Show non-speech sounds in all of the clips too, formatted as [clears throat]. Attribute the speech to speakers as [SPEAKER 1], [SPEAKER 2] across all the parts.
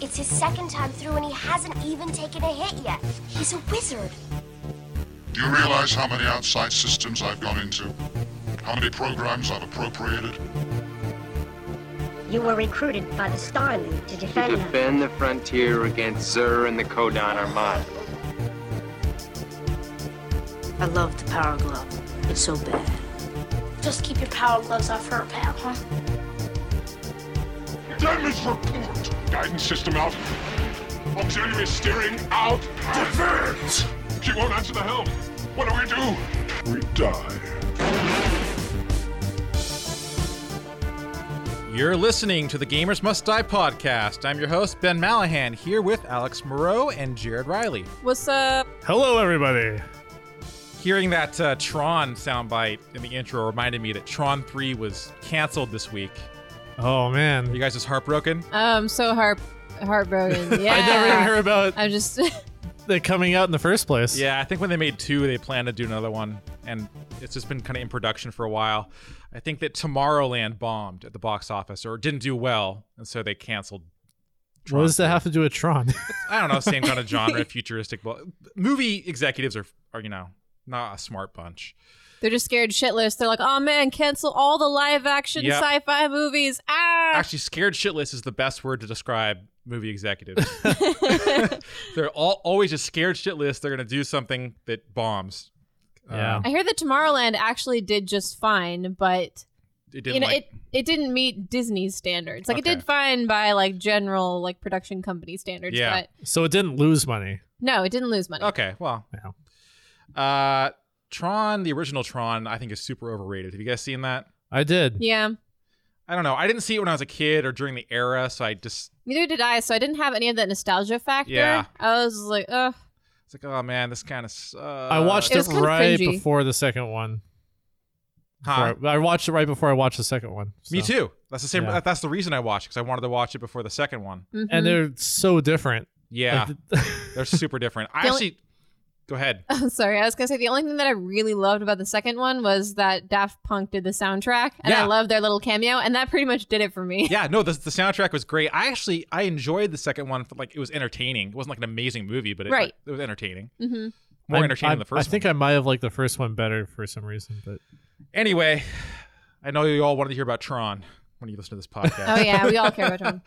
[SPEAKER 1] It's his second time through and he hasn't even taken a hit yet. He's a wizard.
[SPEAKER 2] Do you realize how many outside systems I've gone into? How many programs I've appropriated?
[SPEAKER 3] You were recruited by the Star League to
[SPEAKER 4] to
[SPEAKER 3] defend them.
[SPEAKER 4] defend the frontier against Zur and the Kodan Armada.
[SPEAKER 5] I love the power glove. It's so bad.
[SPEAKER 6] Just keep your power gloves off her, pal, huh?
[SPEAKER 2] Damage report! Guidance system out. Auxiliary steering out. Defense! She won't answer the helm. What do we do? We die.
[SPEAKER 7] You're listening to the Gamers Must Die podcast. I'm your host, Ben Malahan, here with Alex Moreau and Jared Riley.
[SPEAKER 8] What's up?
[SPEAKER 9] Hello, everybody.
[SPEAKER 7] Hearing that uh, Tron soundbite in the intro reminded me that Tron 3 was canceled this week.
[SPEAKER 9] Oh
[SPEAKER 7] Are you
[SPEAKER 9] man,
[SPEAKER 7] guys just heartbroken?
[SPEAKER 8] Um, so heart
[SPEAKER 7] [laughs]
[SPEAKER 8] heartbroken. Yeah.
[SPEAKER 9] I never even heard about
[SPEAKER 8] [laughs] I'm just
[SPEAKER 9] the coming out in the first place.
[SPEAKER 7] Yeah, I think when they made two, they planned to do another one, and it's just been kind of in production for a while. I think that Tomorrowland bombed at the box office or didn't do well, and so they canceled.
[SPEAKER 9] What does that have to do with Tron? [laughs]
[SPEAKER 7] I don't know, same kind of
[SPEAKER 8] [laughs]
[SPEAKER 7] genre, futuristic. But movie executives are, are you know, not a smart bunch.
[SPEAKER 8] they're just scared shitless. They're like, oh man, cancel all the live action
[SPEAKER 7] Yep.
[SPEAKER 8] sci-fi movies. Ah.
[SPEAKER 7] Actually, scared shitless is the best word to describe movie
[SPEAKER 8] [laughs]
[SPEAKER 7] executives. [laughs] They're all always just scared shitless. They're gonna do something that bombs. Uh,
[SPEAKER 9] Yeah.
[SPEAKER 8] I hear that Tomorrowland actually did just fine, but
[SPEAKER 7] It didn't
[SPEAKER 8] you know
[SPEAKER 7] like-
[SPEAKER 8] it it didn't meet Disney's standards. Like
[SPEAKER 7] Okay.
[SPEAKER 8] it did fine by like general like production company standards,
[SPEAKER 7] Yeah.
[SPEAKER 8] but
[SPEAKER 9] so it didn't lose money.
[SPEAKER 8] no, it didn't lose money.
[SPEAKER 7] Okay, well. Uh Tron, the original Tron, I think is super overrated. Have you guys seen that?
[SPEAKER 9] I did.
[SPEAKER 8] Yeah.
[SPEAKER 7] I don't know. I didn't see it when I was a kid or during the era, so I just
[SPEAKER 8] Neither did I, so I didn't have any of that nostalgia factor.
[SPEAKER 7] Yeah.
[SPEAKER 8] I was like, ugh.
[SPEAKER 7] it's like, oh man, this kind of sucks.
[SPEAKER 9] I watched
[SPEAKER 8] It
[SPEAKER 9] it,
[SPEAKER 8] was kinda
[SPEAKER 9] right
[SPEAKER 8] cringy.
[SPEAKER 9] before the second one.
[SPEAKER 7] Huh?
[SPEAKER 9] Before I I watched it right before I watched the second one.
[SPEAKER 7] Me
[SPEAKER 9] so.
[SPEAKER 7] too. That's the same.
[SPEAKER 9] Yeah.
[SPEAKER 7] That's the reason I watched because I wanted to watch it before the second one.
[SPEAKER 8] Mhm.
[SPEAKER 9] And they're so different.
[SPEAKER 7] Yeah,
[SPEAKER 9] Like, [laughs] the-
[SPEAKER 7] they're super different. I
[SPEAKER 8] The only-
[SPEAKER 7] actually, go ahead.
[SPEAKER 8] I'm [laughs] sorry. I was gonna say the only thing that I really loved about the second one was that Daft Punk did the soundtrack, and
[SPEAKER 7] Yeah.
[SPEAKER 8] I loved their little cameo, and that pretty much did it for me.
[SPEAKER 7] Yeah, no, the, the soundtrack was great. I actually I enjoyed the second one. For, like it was entertaining. It wasn't like an amazing movie, but it,
[SPEAKER 8] Right.
[SPEAKER 7] it was entertaining.
[SPEAKER 8] hmm
[SPEAKER 7] More
[SPEAKER 9] I'm-
[SPEAKER 7] entertaining than
[SPEAKER 9] I'm-
[SPEAKER 7] the first.
[SPEAKER 9] I think
[SPEAKER 7] one.
[SPEAKER 9] I might have liked the first one better for some reason, but
[SPEAKER 7] anyway, I know you all wanted to hear about Tron when you listen to this
[SPEAKER 9] [laughs]
[SPEAKER 7] podcast.
[SPEAKER 8] Oh yeah, we all care about
[SPEAKER 7] [laughs]
[SPEAKER 8] Tron.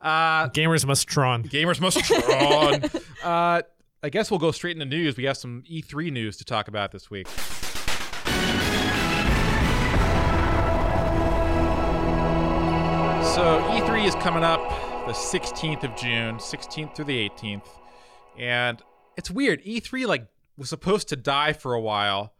[SPEAKER 7] Uh,
[SPEAKER 9] gamers must Tron.
[SPEAKER 7] gamers must Tron. [laughs] uh, I guess we'll go straight into news. We have some E3 news to talk about this week. So E3 is coming up the 16th of June, 16th through the 18th, and it's weird. E3 like was supposed to die for a while.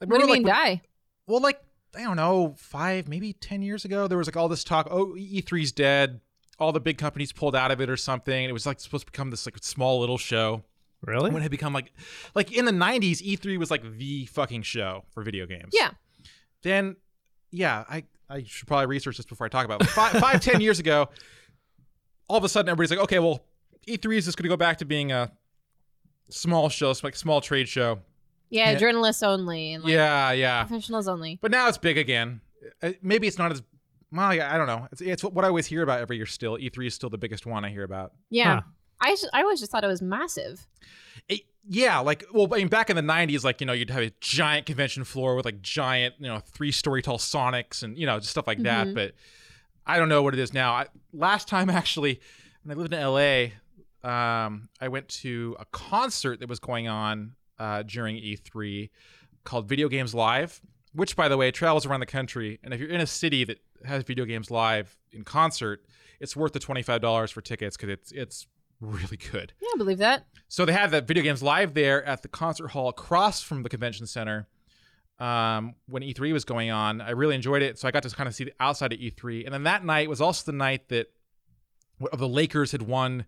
[SPEAKER 7] Like,
[SPEAKER 8] What do
[SPEAKER 7] remember,
[SPEAKER 8] you mean
[SPEAKER 7] like,
[SPEAKER 8] die?
[SPEAKER 7] well like i don't know five maybe ten years ago there was like all this talk oh e3's dead all the big companies pulled out of it or something it was like supposed to become this like small little show
[SPEAKER 9] Really?
[SPEAKER 7] when it had become like like in the 90s e3 was like the fucking show for video games
[SPEAKER 8] Yeah.
[SPEAKER 7] then yeah i i should probably research this before i talk about it five, five ten years ago all of a sudden everybody's like okay well e3 is just going to go back to being a small show like small trade show
[SPEAKER 8] Yeah,
[SPEAKER 7] Yeah.
[SPEAKER 8] journalists only and like
[SPEAKER 7] yeah yeah
[SPEAKER 8] professionals only.
[SPEAKER 7] but now it's big again. Uh, Maybe it's not as well. yeah, I don't know. It's, it's what I always hear about every year. Still, E3 is still the biggest one I hear about.
[SPEAKER 8] Yeah.
[SPEAKER 9] Huh.
[SPEAKER 8] I just, I always just thought it was massive.
[SPEAKER 7] It- yeah, like well, I mean, back in the '90s, like you know, you'd have a giant convention floor with like giant, you know, three-story tall Sonics and you know, just stuff like that.
[SPEAKER 8] Mhm.
[SPEAKER 7] But I don't know what it is now. I, last time [laughs] actually, when I lived in LA, um, I went to a concert that was going on uh, during E3 called Video Games Live, which, by the way, travels around the country. And if you're in a city that has Video Games Live in concert, it's worth the twenty-five dollars for tickets because it's it's really good.
[SPEAKER 8] Yeah, I believe that.
[SPEAKER 7] So they had the video games live there at the concert hall across from the convention center um, when E3 was going on. I really enjoyed it, so I got to kind of see the outside of E3. And then that night was also the night that w- the Lakers had won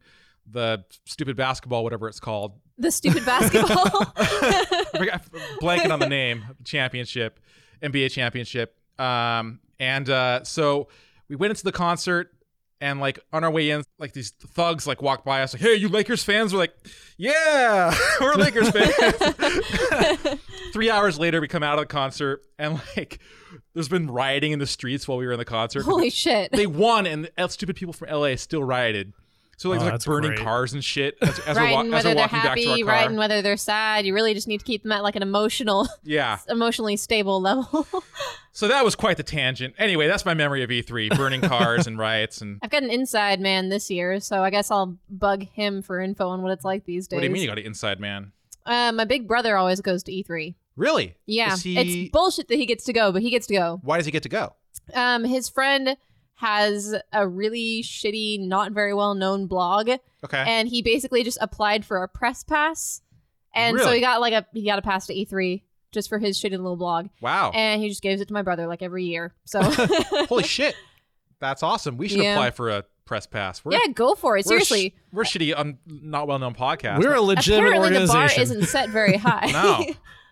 [SPEAKER 7] the stupid basketball, whatever it's called,
[SPEAKER 8] The
[SPEAKER 7] [laughs]
[SPEAKER 8] stupid basketball. [laughs]
[SPEAKER 7] I forgot- blanking on the name championship, NBA championship. Um, and uh, so we went into the concert, and like on our way in, like these thugs like walked by us, like, "Hey, you Lakers fans?" We're like, "Yeah, [laughs] we're Lakers fans." Three hours later, we come out of the concert, and like, there's been
[SPEAKER 8] Oh.
[SPEAKER 7] rioting in the streets while we were in the concert.
[SPEAKER 8] Holy shit.
[SPEAKER 7] They won, and the stupid people from LA still rioted. So like,
[SPEAKER 9] Oh,
[SPEAKER 7] there's like
[SPEAKER 9] that's
[SPEAKER 7] burning
[SPEAKER 9] great.
[SPEAKER 7] cars and shit as, as
[SPEAKER 8] right,
[SPEAKER 7] we're, wa-
[SPEAKER 8] and
[SPEAKER 7] as we're
[SPEAKER 8] whether they're
[SPEAKER 7] walking back to our
[SPEAKER 8] happy,
[SPEAKER 7] car.
[SPEAKER 8] right, and whether they're sad, you really just need to keep them at like an emotional, [laughs]
[SPEAKER 7] yeah.
[SPEAKER 8] emotionally stable level.
[SPEAKER 7] So that was quite the tangent. Anyway, that's my memory of E3: burning cars
[SPEAKER 8] [laughs]
[SPEAKER 7] and riots. And
[SPEAKER 8] I've got an inside man this year, so I guess I'll bug him for info on what it's like these days.
[SPEAKER 7] what do you mean you got an inside man?
[SPEAKER 8] Uh, my big brother always goes to E3.
[SPEAKER 7] Really?
[SPEAKER 8] Yeah,
[SPEAKER 7] Is he-
[SPEAKER 8] it's bullshit that he gets to go, but he gets to go.
[SPEAKER 7] Why does he get to go?
[SPEAKER 8] Um, his friend has a really shitty, not very well known blog,
[SPEAKER 7] Okay.
[SPEAKER 8] and he basically just applied for a press pass, and so
[SPEAKER 7] Really?
[SPEAKER 8] he got like a he got a pass to E3 just for his shitty little blog,
[SPEAKER 7] wow.
[SPEAKER 8] and he just gives it to my brother like every year.
[SPEAKER 7] [laughs]
[SPEAKER 8] So
[SPEAKER 7] Holy shit. That's awesome. We should
[SPEAKER 8] Yeah.
[SPEAKER 7] apply for a press pass. We're,
[SPEAKER 8] yeah, go for it.
[SPEAKER 7] we're sh-
[SPEAKER 8] Seriously,
[SPEAKER 7] We're, shitty, um, not well known podcast.
[SPEAKER 9] We're a legitimate
[SPEAKER 8] apparently the bar
[SPEAKER 9] organization.
[SPEAKER 8] isn't
[SPEAKER 7] [laughs]
[SPEAKER 8] set very [laughs] high.
[SPEAKER 7] no.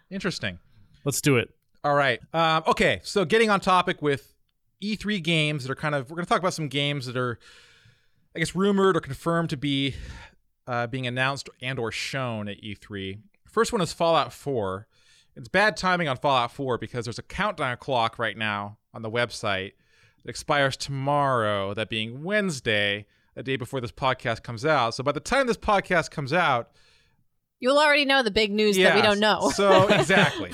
[SPEAKER 7] Interesting.
[SPEAKER 9] Let's do it.
[SPEAKER 7] All right. Um, okay. So getting on topic with E3 games that are kind of, we're going to talk about some games that are, I guess, rumored or confirmed to be uh, being announced and or shown at E3. First one is Fallout 4. It's bad timing on Fallout 4 because there's a countdown clock right now on the website that expires tomorrow, that being Wednesday, a day before this podcast comes out. So by the time this podcast comes out,
[SPEAKER 8] You'll already know the big news that we don't know.
[SPEAKER 7] so exactly.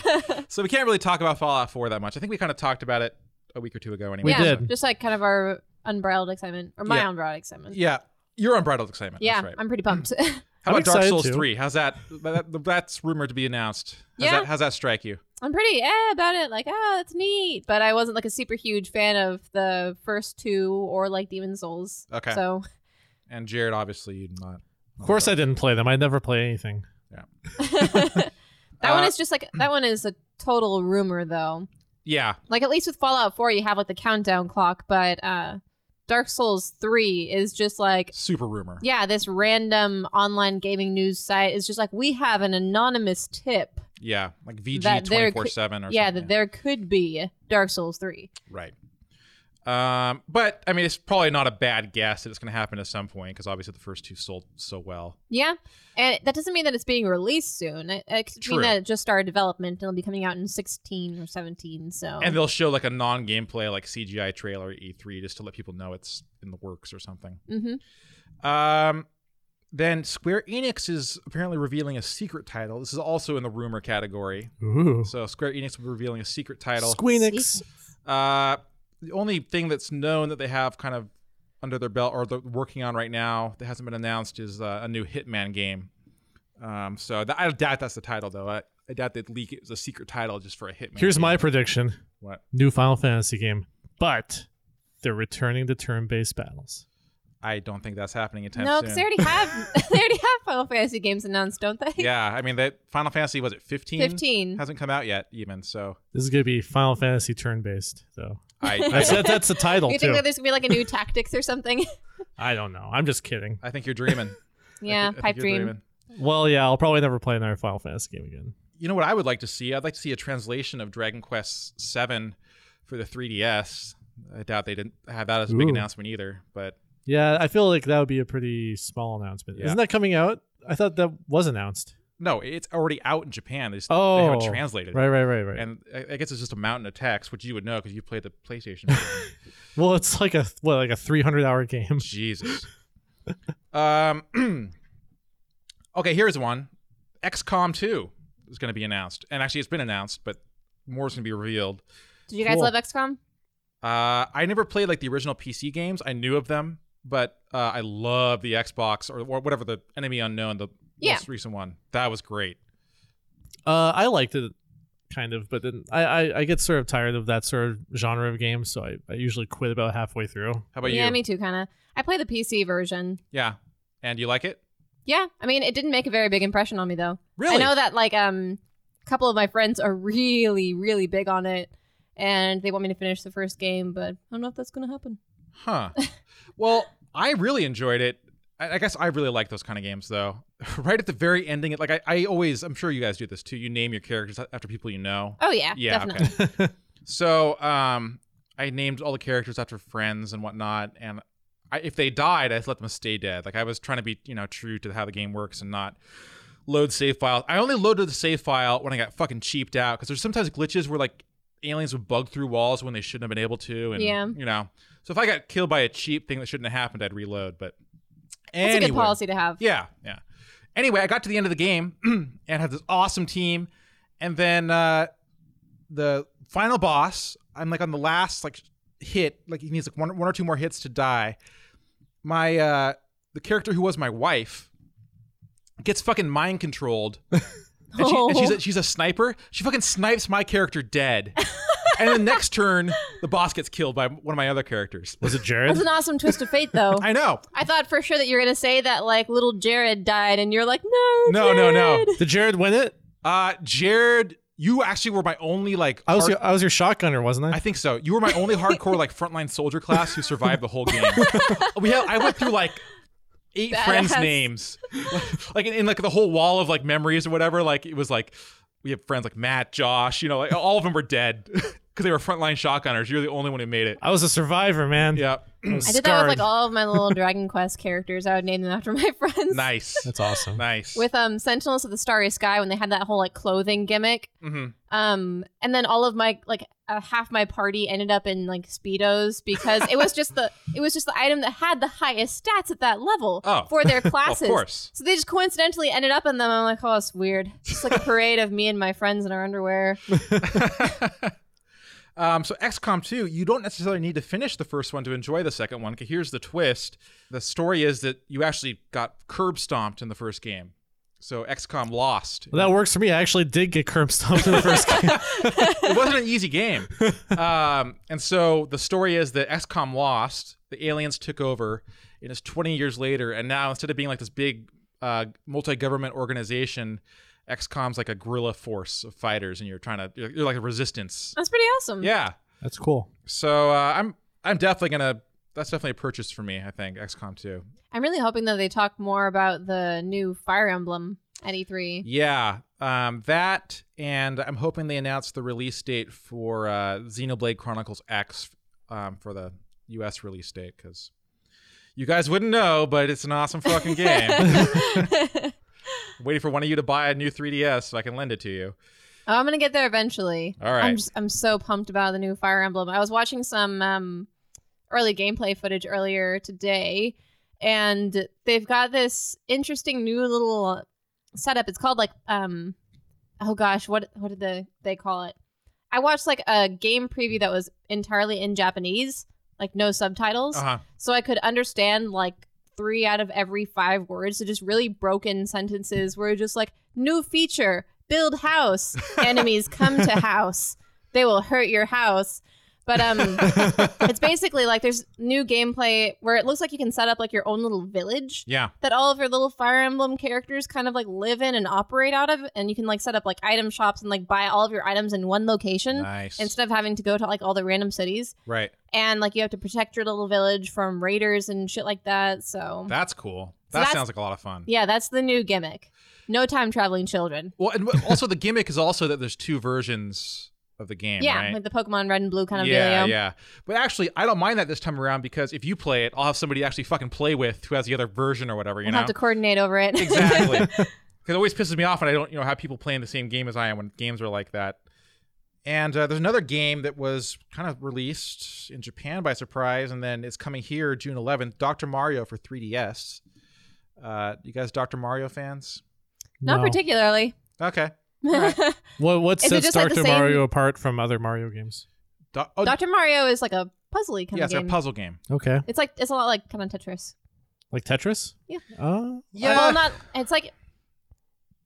[SPEAKER 7] so we can't really talk about Fallout 4 that much. I think we kind of talked about it a week or two ago anyway.
[SPEAKER 8] [laughs]
[SPEAKER 9] We
[SPEAKER 8] yeah,
[SPEAKER 9] did.
[SPEAKER 8] just like kind of our unbridled excitement or my
[SPEAKER 7] Yeah.
[SPEAKER 8] unbridled excitement.
[SPEAKER 7] Yeah. Your unbridled excitement.
[SPEAKER 8] Yeah,
[SPEAKER 7] That's right.
[SPEAKER 8] I'm
[SPEAKER 7] [laughs]
[SPEAKER 8] pretty pumped. [laughs]
[SPEAKER 7] How
[SPEAKER 9] I'm
[SPEAKER 7] about Dark
[SPEAKER 9] excited
[SPEAKER 7] Souls
[SPEAKER 9] too.
[SPEAKER 7] 3? How's that, that? That's rumored to be announced. How's,
[SPEAKER 8] Yeah.
[SPEAKER 7] that, how's that strike you?
[SPEAKER 8] I'm pretty eh about it. Like, oh, that's neat. But I wasn't like a super huge fan of the first two or like Demon Souls.
[SPEAKER 7] Okay.
[SPEAKER 8] So
[SPEAKER 7] And Jared, obviously, you did not.
[SPEAKER 9] Of course, I didn't play them. I never play anything.
[SPEAKER 8] that one
[SPEAKER 7] Uh,
[SPEAKER 8] is just like that one is a total rumor though.
[SPEAKER 7] Yeah.
[SPEAKER 8] Like at least with Fallout 4 you have like the countdown clock, but uh Dark Souls 3 is just like
[SPEAKER 7] Super rumor.
[SPEAKER 8] yeah, this random online gaming news site is just like we have an anonymous tip
[SPEAKER 7] Yeah. Like VG
[SPEAKER 8] That there could-
[SPEAKER 7] 24 7 or
[SPEAKER 8] yeah,
[SPEAKER 7] something.
[SPEAKER 8] that there could be Dark Souls 3.
[SPEAKER 7] Right. Um, but I mean, it's probably not a bad guess that it's going to happen at some point because obviously the first two sold so well.
[SPEAKER 8] Yeah, and that doesn't mean that it's being released soon. It, it could
[SPEAKER 7] True.
[SPEAKER 8] mean that it just started development and it'll be coming out in 16 or 17. So
[SPEAKER 7] And they'll show like a non gameplay, like CGI trailer at E3 just to let people know it's in the works or something.
[SPEAKER 8] hmm
[SPEAKER 7] Um, then Square Enix is apparently revealing a secret title. This is also in the rumor category.
[SPEAKER 9] Ooh.
[SPEAKER 7] So Square Enix will be revealing a secret title.
[SPEAKER 9] Squeenix.
[SPEAKER 7] Uh, the only thing that's known that they have kind of under their belt or they're working on right now that hasn't been announced is uh, a new Hitman game. Um, so th- I doubt that's the title though. I, I doubt they'd leak it as a secret title just for a Hitman.
[SPEAKER 9] Here's
[SPEAKER 7] game.
[SPEAKER 9] my prediction.
[SPEAKER 7] What?
[SPEAKER 9] New Final Fantasy game, but they're returning to turn-based battles.
[SPEAKER 7] I don't think that's happening anytime
[SPEAKER 8] No,
[SPEAKER 7] soon.
[SPEAKER 8] because they already have [laughs] they already have Final Fantasy games announced, don't they?
[SPEAKER 7] yeah, I mean that Final Fantasy was it 15?
[SPEAKER 8] 15.
[SPEAKER 7] hasn't come out yet even.
[SPEAKER 8] [laughs]
[SPEAKER 7] So
[SPEAKER 9] This is gonna be Final Fantasy turn-based, though.
[SPEAKER 7] I, I
[SPEAKER 9] That's that, that's the title
[SPEAKER 8] [laughs] You
[SPEAKER 9] too.
[SPEAKER 8] think that there's gonna be like a new tactics or something? [laughs]
[SPEAKER 9] I don't know. I'm just kidding.
[SPEAKER 7] I think you're dreaming.
[SPEAKER 8] yeah,
[SPEAKER 7] I think- I
[SPEAKER 8] pipe
[SPEAKER 7] think you're
[SPEAKER 8] dream.
[SPEAKER 7] dreaming.
[SPEAKER 9] Well, yeah, I'll probably never play another Final Fantasy game again.
[SPEAKER 7] You know what I would like to see? I'd like to see a translation of Dragon Quest Seven for the 3DS. I doubt they didn't have that as a big
[SPEAKER 9] Ooh.
[SPEAKER 7] announcement either. But
[SPEAKER 9] Yeah, I feel like that would be a pretty small announcement.
[SPEAKER 7] Yeah.
[SPEAKER 9] Isn't that coming out? I thought that was announced.
[SPEAKER 7] no, it's already out in Japan. They just
[SPEAKER 9] Oh,
[SPEAKER 7] they haven't translated
[SPEAKER 9] Right,
[SPEAKER 7] it.
[SPEAKER 9] right, right, right.
[SPEAKER 7] And I I guess it's just a mountain of text, which you would know because you played the PlayStation.
[SPEAKER 9] [laughs]
[SPEAKER 7] version.
[SPEAKER 9] well, it's like a what, like a 300 hour game. [laughs]
[SPEAKER 7] Jesus. Um. [clears throat] okay, here's one. XCOM 2 is going to be announced, and actually, it's been announced, but more is going to be revealed.
[SPEAKER 8] Did you guys
[SPEAKER 9] Cool.
[SPEAKER 8] love XCOM?
[SPEAKER 7] Uh, I never played like the original PC games. I knew of them, but uh, I love the Xbox or, or whatever the Enemy Unknown, the
[SPEAKER 8] Yeah.
[SPEAKER 7] most recent one. That was great.
[SPEAKER 9] Uh, I liked it, kind of, but then I, I I get sort of tired of that sort of genre of games, so I, I usually quit about halfway through.
[SPEAKER 7] How about
[SPEAKER 8] yeah,
[SPEAKER 7] you?
[SPEAKER 8] me too, kind of. I play the PC version.
[SPEAKER 7] yeah, and you like it?
[SPEAKER 8] Yeah, I mean, it didn't make a very big impression on me though.
[SPEAKER 7] Really?
[SPEAKER 8] I know that like um a couple of my friends are really really big on it and they want me to finish the first game, but I don't know if that's going to happen.
[SPEAKER 7] Huh. well, I really enjoyed it. I, I guess I really like those kind of games, though. [laughs] right at the very ending, it like I, I always, I'm sure you guys do this too. You name your characters after people you know.
[SPEAKER 8] Oh yeah,
[SPEAKER 7] Yeah,
[SPEAKER 8] definitely.
[SPEAKER 7] Okay. [laughs] so um, I named all the characters after friends and whatnot, and I, if they died, I just let them stay dead. Like I was trying to be, you know, true to how the game works and not load save files. I only loaded the save file when I got fucking cheaped out because there's sometimes glitches where like aliens would bug through walls when they shouldn't have been able to, and
[SPEAKER 8] Yeah.
[SPEAKER 7] you know. So if I got killed by a cheap thing that shouldn't have happened, I'd reload. But
[SPEAKER 8] That's
[SPEAKER 7] anywhere.
[SPEAKER 8] a good policy to have.
[SPEAKER 7] Yeah, yeah. Anyway, I got to the end of the game [clears throat] and had this awesome team, and then uh, the final boss. I'm like on the last like hit. Like he needs like one, one or two more hits to die. My uh, the character who was my wife gets fucking mind controlled. And, she, and
[SPEAKER 8] [laughs] Oh.
[SPEAKER 7] she's a, she's a sniper. She fucking snipes my character dead. and the next turn, the boss gets killed by one of my other characters.
[SPEAKER 9] Was it Jared?
[SPEAKER 8] That's an awesome twist of fate, though.
[SPEAKER 7] [laughs] I know.
[SPEAKER 8] I thought for sure that you were gonna say that like little Jared died, and you're like, no,
[SPEAKER 7] No, no, no.
[SPEAKER 8] Jared."
[SPEAKER 9] Did Jared win it?
[SPEAKER 7] Uh, Jared, you actually were my only like.
[SPEAKER 9] I was
[SPEAKER 7] hard-
[SPEAKER 9] your, I was your shotgunner, wasn't
[SPEAKER 7] I
[SPEAKER 9] I?
[SPEAKER 7] think so. You were my only hardcore like frontline soldier class who survived the
[SPEAKER 9] [laughs]
[SPEAKER 7] whole game. we had, I went through like eight friends'
[SPEAKER 8] Badass.
[SPEAKER 7] names, [laughs] like in, in like the whole wall of like memories or whatever. Like it was like we have friends like Matt, Josh. You know, like all of them were dead [laughs] because they were frontline shotgunners. You're the only one who made
[SPEAKER 9] [laughs]
[SPEAKER 7] it.
[SPEAKER 9] I was a survivor, man.
[SPEAKER 7] Yeah,
[SPEAKER 9] was
[SPEAKER 8] I did that with
[SPEAKER 9] scarred.
[SPEAKER 8] like all of my little Dragon Quest characters. I would name them after my [laughs] friends.
[SPEAKER 7] nice,
[SPEAKER 9] That's awesome.
[SPEAKER 7] nice.
[SPEAKER 8] With um Sentinels of the Starry Sky when they had that whole like clothing gimmick.
[SPEAKER 7] Mhm.
[SPEAKER 8] Um and then all of my like uh, half my party ended up in like speedos because it was just the it was just the item that had the highest stats at that level
[SPEAKER 7] Oh.
[SPEAKER 8] for their
[SPEAKER 7] [laughs] of
[SPEAKER 8] classes.
[SPEAKER 7] course.
[SPEAKER 8] So they just coincidentally ended up in them. I'm like, oh, it's weird. It's just like a parade of me and my friends in our underwear.
[SPEAKER 7] Um, so XCOM 2, you don't necessarily need to finish the first one to enjoy the second one. 'cause here's the twist: the story is that you actually got curb stomped in the first game, so XCOM lost.
[SPEAKER 9] Well, that works for me. I actually did get curb stomped in
[SPEAKER 8] [laughs]
[SPEAKER 9] the first game.
[SPEAKER 7] it wasn't an easy game. Um, and so the story is that XCOM lost, the aliens took over, and it's 20 years later. And now instead of being like this big uh, multi government organization, XCOM's like a guerrilla force of fighters, and you're trying to you're, you're like a resistance.
[SPEAKER 8] That's pretty awesome.
[SPEAKER 7] Yeah.
[SPEAKER 9] That's cool.
[SPEAKER 7] So uh, I'm I'm definitely gonna. That's definitely a purchase for me. I think XCOM 2.
[SPEAKER 8] I'm really hoping that they talk more about the new Fire Emblem at E E3.
[SPEAKER 7] Yeah, um, that, and I'm hoping they announce the release date for uh, Xenoblade Chronicles X um, for the U.S. release date because you guys wouldn't know, but it's an awesome fucking game. [laughs]
[SPEAKER 8] [laughs]
[SPEAKER 7] Waiting for one of you to buy a new 3DS so I can lend it to you.
[SPEAKER 8] Oh, I'm gonna get there eventually.
[SPEAKER 7] All right.
[SPEAKER 8] I'm just, I'm so pumped about the new Fire Emblem. I was watching some um, early gameplay footage earlier today, and they've got this interesting new little setup. It's called like um, oh gosh, what what did the they call it? I watched like a game preview that was entirely in Japanese, like no subtitles,
[SPEAKER 7] Uh huh.
[SPEAKER 8] so I could understand like three out of every five words. So just really broken sentences where you're just like new feature, build house, enemies come to house, they will hurt your house. But um, it's basically like there's new gameplay where it looks like you can set up like your own little village
[SPEAKER 7] Yeah.
[SPEAKER 8] that all of your little Fire Emblem characters kind of like live in and operate out of, and you can like set up like item shops and like buy all of your items in one location
[SPEAKER 7] Nice.
[SPEAKER 8] instead of having to go to like all the random cities
[SPEAKER 7] right.
[SPEAKER 8] and like you have to protect your little village from raiders and shit like that. So
[SPEAKER 7] That's cool. That
[SPEAKER 8] So that's-
[SPEAKER 7] sounds like a lot of fun.
[SPEAKER 8] yeah, that's the new gimmick. No time traveling children.
[SPEAKER 7] Well, and w- also the gimmick is also that there's two versions of the game.
[SPEAKER 8] yeah,
[SPEAKER 7] right?
[SPEAKER 8] like the Pokemon Red and Blue kind of
[SPEAKER 7] yeah,
[SPEAKER 8] video.
[SPEAKER 7] Yeah, But actually, I don't mind that this time around because if you play it, I'll have somebody to actually fucking play with who has the other version or whatever. You
[SPEAKER 8] We'll
[SPEAKER 7] know
[SPEAKER 8] have to coordinate over it.
[SPEAKER 7] exactly. Because it always pisses me off when I don't, you know, have people playing the same game as I am when games are like that. And uh, there's another game that was kind of released in Japan by surprise, and then it's coming here June 11th. Doctor Mario for 3DS. Uh, you guys, Doctor Mario fans?
[SPEAKER 8] [laughs] Not particularly.
[SPEAKER 7] Okay.
[SPEAKER 9] What what
[SPEAKER 8] Is it
[SPEAKER 9] sets
[SPEAKER 8] just like
[SPEAKER 9] Doctor
[SPEAKER 8] the same-
[SPEAKER 9] Mario apart from other Mario games?
[SPEAKER 7] Do- oh,
[SPEAKER 8] Doctor Mario is like a puzzly kind
[SPEAKER 7] yeah,
[SPEAKER 8] of
[SPEAKER 7] it's a
[SPEAKER 8] game.
[SPEAKER 7] puzzle game.
[SPEAKER 9] Okay,
[SPEAKER 8] it's like it's a lot like kind of Tetris.
[SPEAKER 9] like Tetris.
[SPEAKER 8] Yeah.
[SPEAKER 9] Oh,
[SPEAKER 8] Well, not. It's like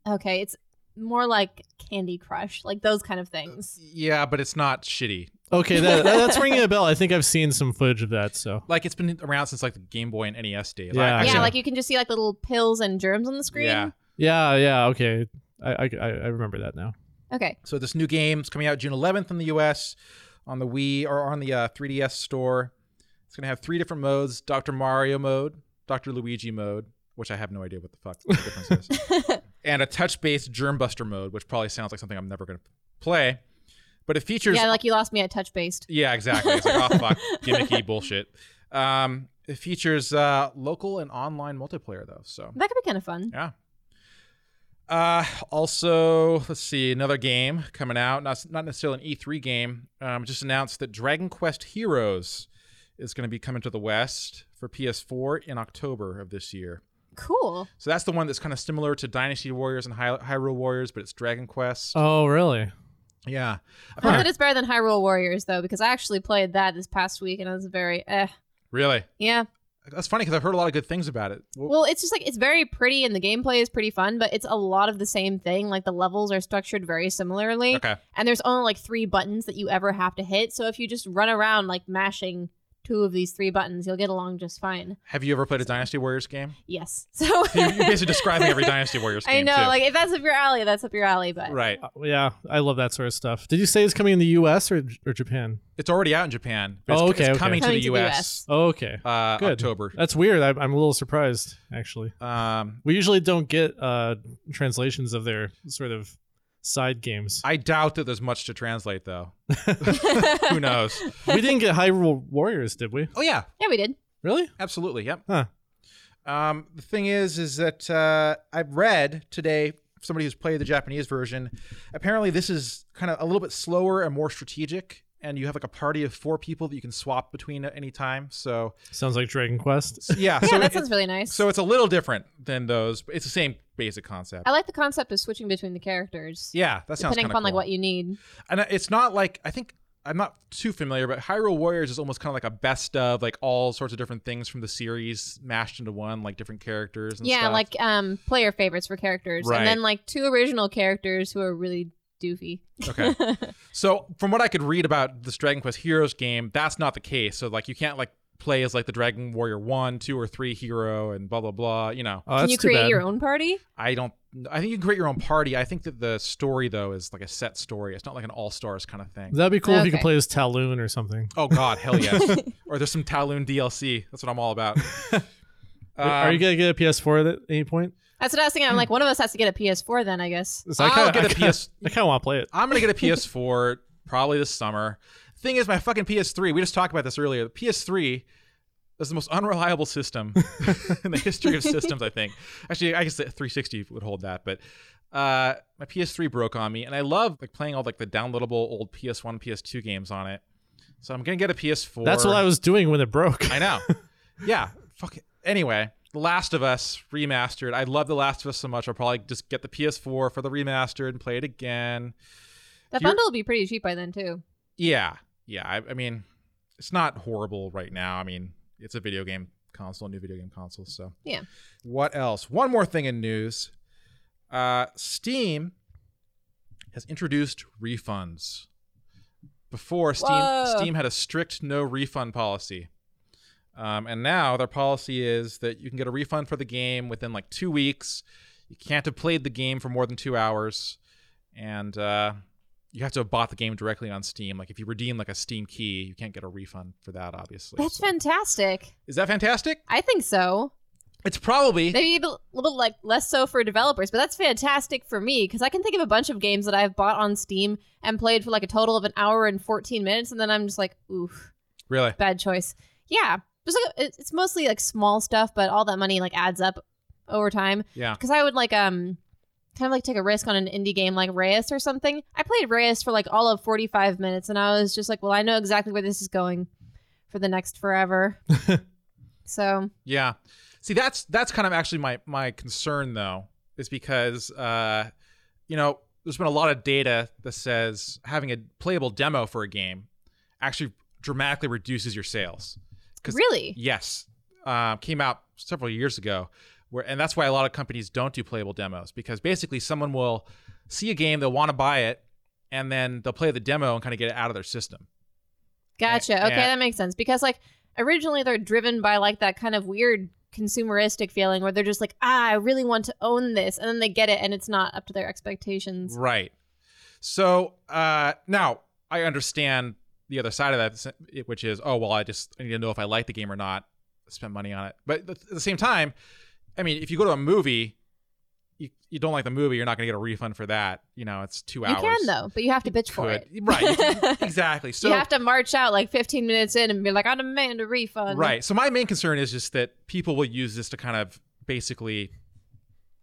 [SPEAKER 8] okay, it's more like Candy Crush, like those kind of things.
[SPEAKER 7] yeah, but it's not shitty.
[SPEAKER 9] okay. That, that- that's ringing a bell. I think I've seen some footage of that. So
[SPEAKER 7] Like it's been around since like the Game Boy and NES days.
[SPEAKER 9] Yeah.
[SPEAKER 7] I, I
[SPEAKER 8] Yeah,
[SPEAKER 9] Actually-
[SPEAKER 8] like you can just see like little pills and germs on the screen.
[SPEAKER 7] Uh, Yeah.
[SPEAKER 9] yeah, yeah. Okay, I I, I I remember that now.
[SPEAKER 8] Okay.
[SPEAKER 7] So this new game's coming out June 11th in the U.S. on the Wii or on the uh, 3DS store. It's gonna have three different modes: Dr. Mario mode, Dr. Luigi mode, which I have no idea what the fuck the difference is,
[SPEAKER 8] [laughs]
[SPEAKER 7] and a touch-based Germ Buster mode, which probably sounds like something I'm never gonna play. But it features
[SPEAKER 8] Yeah, like you lost me at touch based.
[SPEAKER 7] [laughs] Yeah, exactly. It's like, oh,
[SPEAKER 8] [laughs]
[SPEAKER 7] fuck, gimmicky bullshit. Um, it features uh, local and online multiplayer, though. So
[SPEAKER 8] That could be kind of fun.
[SPEAKER 7] Yeah. Uh, also, let's see another game coming out. Not not necessarily an E E3 game. Um, just announced that Dragon Quest Heroes is going to be coming to the West for PS4 in October of this year.
[SPEAKER 8] Cool.
[SPEAKER 7] So that's the one that's kind of similar to Dynasty Warriors and Hy- Hyrule Warriors, but it's Dragon Quest.
[SPEAKER 9] Oh, really?
[SPEAKER 7] Yeah.
[SPEAKER 8] Not that it's better than Hyrule Warriors though, because I actually played that this past week and I was very eh.
[SPEAKER 7] Really?
[SPEAKER 8] Yeah.
[SPEAKER 7] That's funny because I've heard a lot of good things about it. Well,
[SPEAKER 8] Well, it's just like it's very pretty and the gameplay is pretty fun, but it's a lot of the same thing. Like the levels are structured very similarly.
[SPEAKER 7] okay.
[SPEAKER 8] And there's only like three buttons that you ever have to hit. So if you just run around like mashing two of these three buttons, you'll get along just fine.
[SPEAKER 7] Have you ever played a Dynasty Warriors game?
[SPEAKER 8] Yes. [laughs] So
[SPEAKER 7] You're you're basically describing
[SPEAKER 8] [laughs]
[SPEAKER 7] every Dynasty Warriors game.
[SPEAKER 8] I know,
[SPEAKER 7] too.
[SPEAKER 8] like if that's up your alley, that's up your alley. But
[SPEAKER 7] right.
[SPEAKER 9] Uh, yeah, I love that sort of stuff. Did you say it's coming in the U.S. or or Japan?
[SPEAKER 7] It's already out in Japan. but
[SPEAKER 9] Oh,
[SPEAKER 7] it's,
[SPEAKER 9] okay,
[SPEAKER 7] It's
[SPEAKER 9] okay.
[SPEAKER 7] coming, to
[SPEAKER 8] Coming
[SPEAKER 7] the U.S.
[SPEAKER 9] Oh, okay,
[SPEAKER 7] Uh,
[SPEAKER 9] Good.
[SPEAKER 7] October.
[SPEAKER 9] that's weird. I, I'm a little surprised actually.
[SPEAKER 7] Um,
[SPEAKER 9] We usually don't get uh, translations of their sort of side games.
[SPEAKER 7] I doubt that there's much to translate,
[SPEAKER 9] [laughs]
[SPEAKER 7] though. Who knows?
[SPEAKER 9] we didn't get Hyrule Warriors, did we?
[SPEAKER 7] Oh yeah,
[SPEAKER 8] yeah, we did.
[SPEAKER 9] Really?
[SPEAKER 7] absolutely. Yep.
[SPEAKER 9] Huh.
[SPEAKER 7] Um, the thing is, is that uh, I've read today somebody who's played the Japanese version. Apparently, this is kind of a little bit slower and more strategic, and you have like a party of four people that you can swap between at any time. So,
[SPEAKER 9] Sounds like Dragon Quest.
[SPEAKER 7] so yeah,
[SPEAKER 8] [laughs] Yeah,
[SPEAKER 7] so
[SPEAKER 8] that
[SPEAKER 7] it-
[SPEAKER 8] sounds really nice.
[SPEAKER 7] so it's a little different than those, but it's the same basic concept.
[SPEAKER 8] I like the concept of switching between the characters.
[SPEAKER 7] yeah, that sounds
[SPEAKER 8] Depending
[SPEAKER 7] kind
[SPEAKER 8] upon like what you need.
[SPEAKER 7] and it's not like I think I'm not too familiar, but Hyrule Warriors is almost kind of like a best of, like all sorts of different things from the series mashed into one, like different characters. And
[SPEAKER 8] Yeah,
[SPEAKER 7] stuff.
[SPEAKER 8] like um player favorites for characters.
[SPEAKER 7] Right. Oh,
[SPEAKER 8] And then like two original characters who are really doofy.
[SPEAKER 7] [laughs] okay. so from what I could read about this Dragon Quest Heroes game, that's not the case. So like you can't like play as like the Dragon Warrior one, two, or three hero, and blah blah blah. You know,
[SPEAKER 9] Oh,
[SPEAKER 8] Can
[SPEAKER 9] that's
[SPEAKER 8] you
[SPEAKER 9] too
[SPEAKER 8] create
[SPEAKER 9] bad.
[SPEAKER 8] your own party?
[SPEAKER 7] I don't. I think you can create your own party. I think that the story though is like a set story. It's not like an all stars kind of
[SPEAKER 9] [laughs]
[SPEAKER 7] thing.
[SPEAKER 9] That'd be cool if you could
[SPEAKER 8] Okay.
[SPEAKER 9] play as Talon or something.
[SPEAKER 7] Oh God, hell yes! or there's some Talon DLC. That's what I'm all about.
[SPEAKER 9] Are you
[SPEAKER 7] Um,
[SPEAKER 9] gonna get a PS4 at any point?
[SPEAKER 8] That's what I was thinking. I'm like, one of us has to get a PS4 then, I guess.
[SPEAKER 9] So
[SPEAKER 7] I'll
[SPEAKER 9] I kinda,
[SPEAKER 7] get
[SPEAKER 9] I
[SPEAKER 7] a
[SPEAKER 9] kinda-
[SPEAKER 7] PS.
[SPEAKER 9] I kind of want to play it.
[SPEAKER 7] I'm gonna
[SPEAKER 9] [laughs]
[SPEAKER 7] get a PS4 probably this summer. Thing is, my fucking PS3. We just talked about this earlier. The PS3 is the most unreliable system [laughs] in the history of systems. I think. Actually, I guess the 360 would hold that, but uh, my PS3 broke on me, and I love like playing all like the downloadable old PS1, PS2 games on it. So I'm gonna get a PS4.
[SPEAKER 9] That's what I was doing when it broke.
[SPEAKER 7] I
[SPEAKER 9] [laughs]
[SPEAKER 7] know. yeah. Fuck. It. Anyway, The Last of Us remastered. I love The Last of Us so much. I'll probably just get the PS4 for the remastered and play it again.
[SPEAKER 8] That
[SPEAKER 7] You're-
[SPEAKER 8] bundle will be pretty cheap by then too.
[SPEAKER 7] Yeah. Yeah. I, I mean, it's not horrible right now. I mean, it's a video game console, new video game console. So,
[SPEAKER 8] Yeah.
[SPEAKER 7] What else? One more thing in news uh, Steam has introduced refunds. Before, Steam,
[SPEAKER 8] Whoa.
[SPEAKER 7] Steam had a strict no refund policy. Um, and now their policy is that you can get a refund for the game within like two weeks. You can't have played the game for more than two hours. And uh, you have to have bought the game directly on Steam. Like if you redeem like a Steam key, you can't get a refund for that, obviously.
[SPEAKER 8] That's
[SPEAKER 7] So-
[SPEAKER 8] fantastic.
[SPEAKER 7] Is that fantastic?
[SPEAKER 8] I think so.
[SPEAKER 7] It's probably
[SPEAKER 8] Maybe a little- little like less so for developers, but that's fantastic for me because I can think of a bunch of games that I've bought on Steam and played for like a total of an hour and 14 minutes, and then I'm just like, oof,
[SPEAKER 7] really.
[SPEAKER 8] bad choice. Yeah, just like it- it's mostly like small stuff, but all that money like adds up over time.
[SPEAKER 7] Yeah.
[SPEAKER 8] because I would like um kind of like take a risk on an indie game like Reyes or something. I played Reyes for like all of 45 minutes and I was just like, well, I know exactly where this is going for the next
[SPEAKER 7] [laughs]
[SPEAKER 8] forever. so,
[SPEAKER 7] Yeah. See, that's that's kind of actually my my concern though, is because uh, you know there's been a lot of data that says having a playable demo for a game actually dramatically reduces your sales. 'Cause-
[SPEAKER 8] really?
[SPEAKER 7] Yes, uh, came out several years ago, where and that's why a lot of companies don't do playable demos because basically someone will see a game, they'll want to buy it, and then they'll play the demo and kind of get it out of their system.
[SPEAKER 8] Gotcha.
[SPEAKER 7] Yeah.
[SPEAKER 8] Okay, that makes sense because like originally they're driven by like that kind of weird consumeristic feeling where they're just like, "Ah, I really want to own this." And then they get it and it's not up to their expectations.
[SPEAKER 7] Right. So uh, now I understand the other side of that, which is, oh well, I just I need to know if I like the game or not, spend money on it. But at the same time, I mean, if you go to a movie, you, you don't like the movie, you're not going to get a refund for that. You know, it's two
[SPEAKER 8] You
[SPEAKER 7] hours.
[SPEAKER 8] can though, but you have to bitch for
[SPEAKER 7] Could-
[SPEAKER 8] it. [laughs]
[SPEAKER 7] right? exactly. So
[SPEAKER 8] you have to march out like 15 minutes in and be like, I demand a refund.
[SPEAKER 7] Right. So my main concern is just that people will use this to kind of basically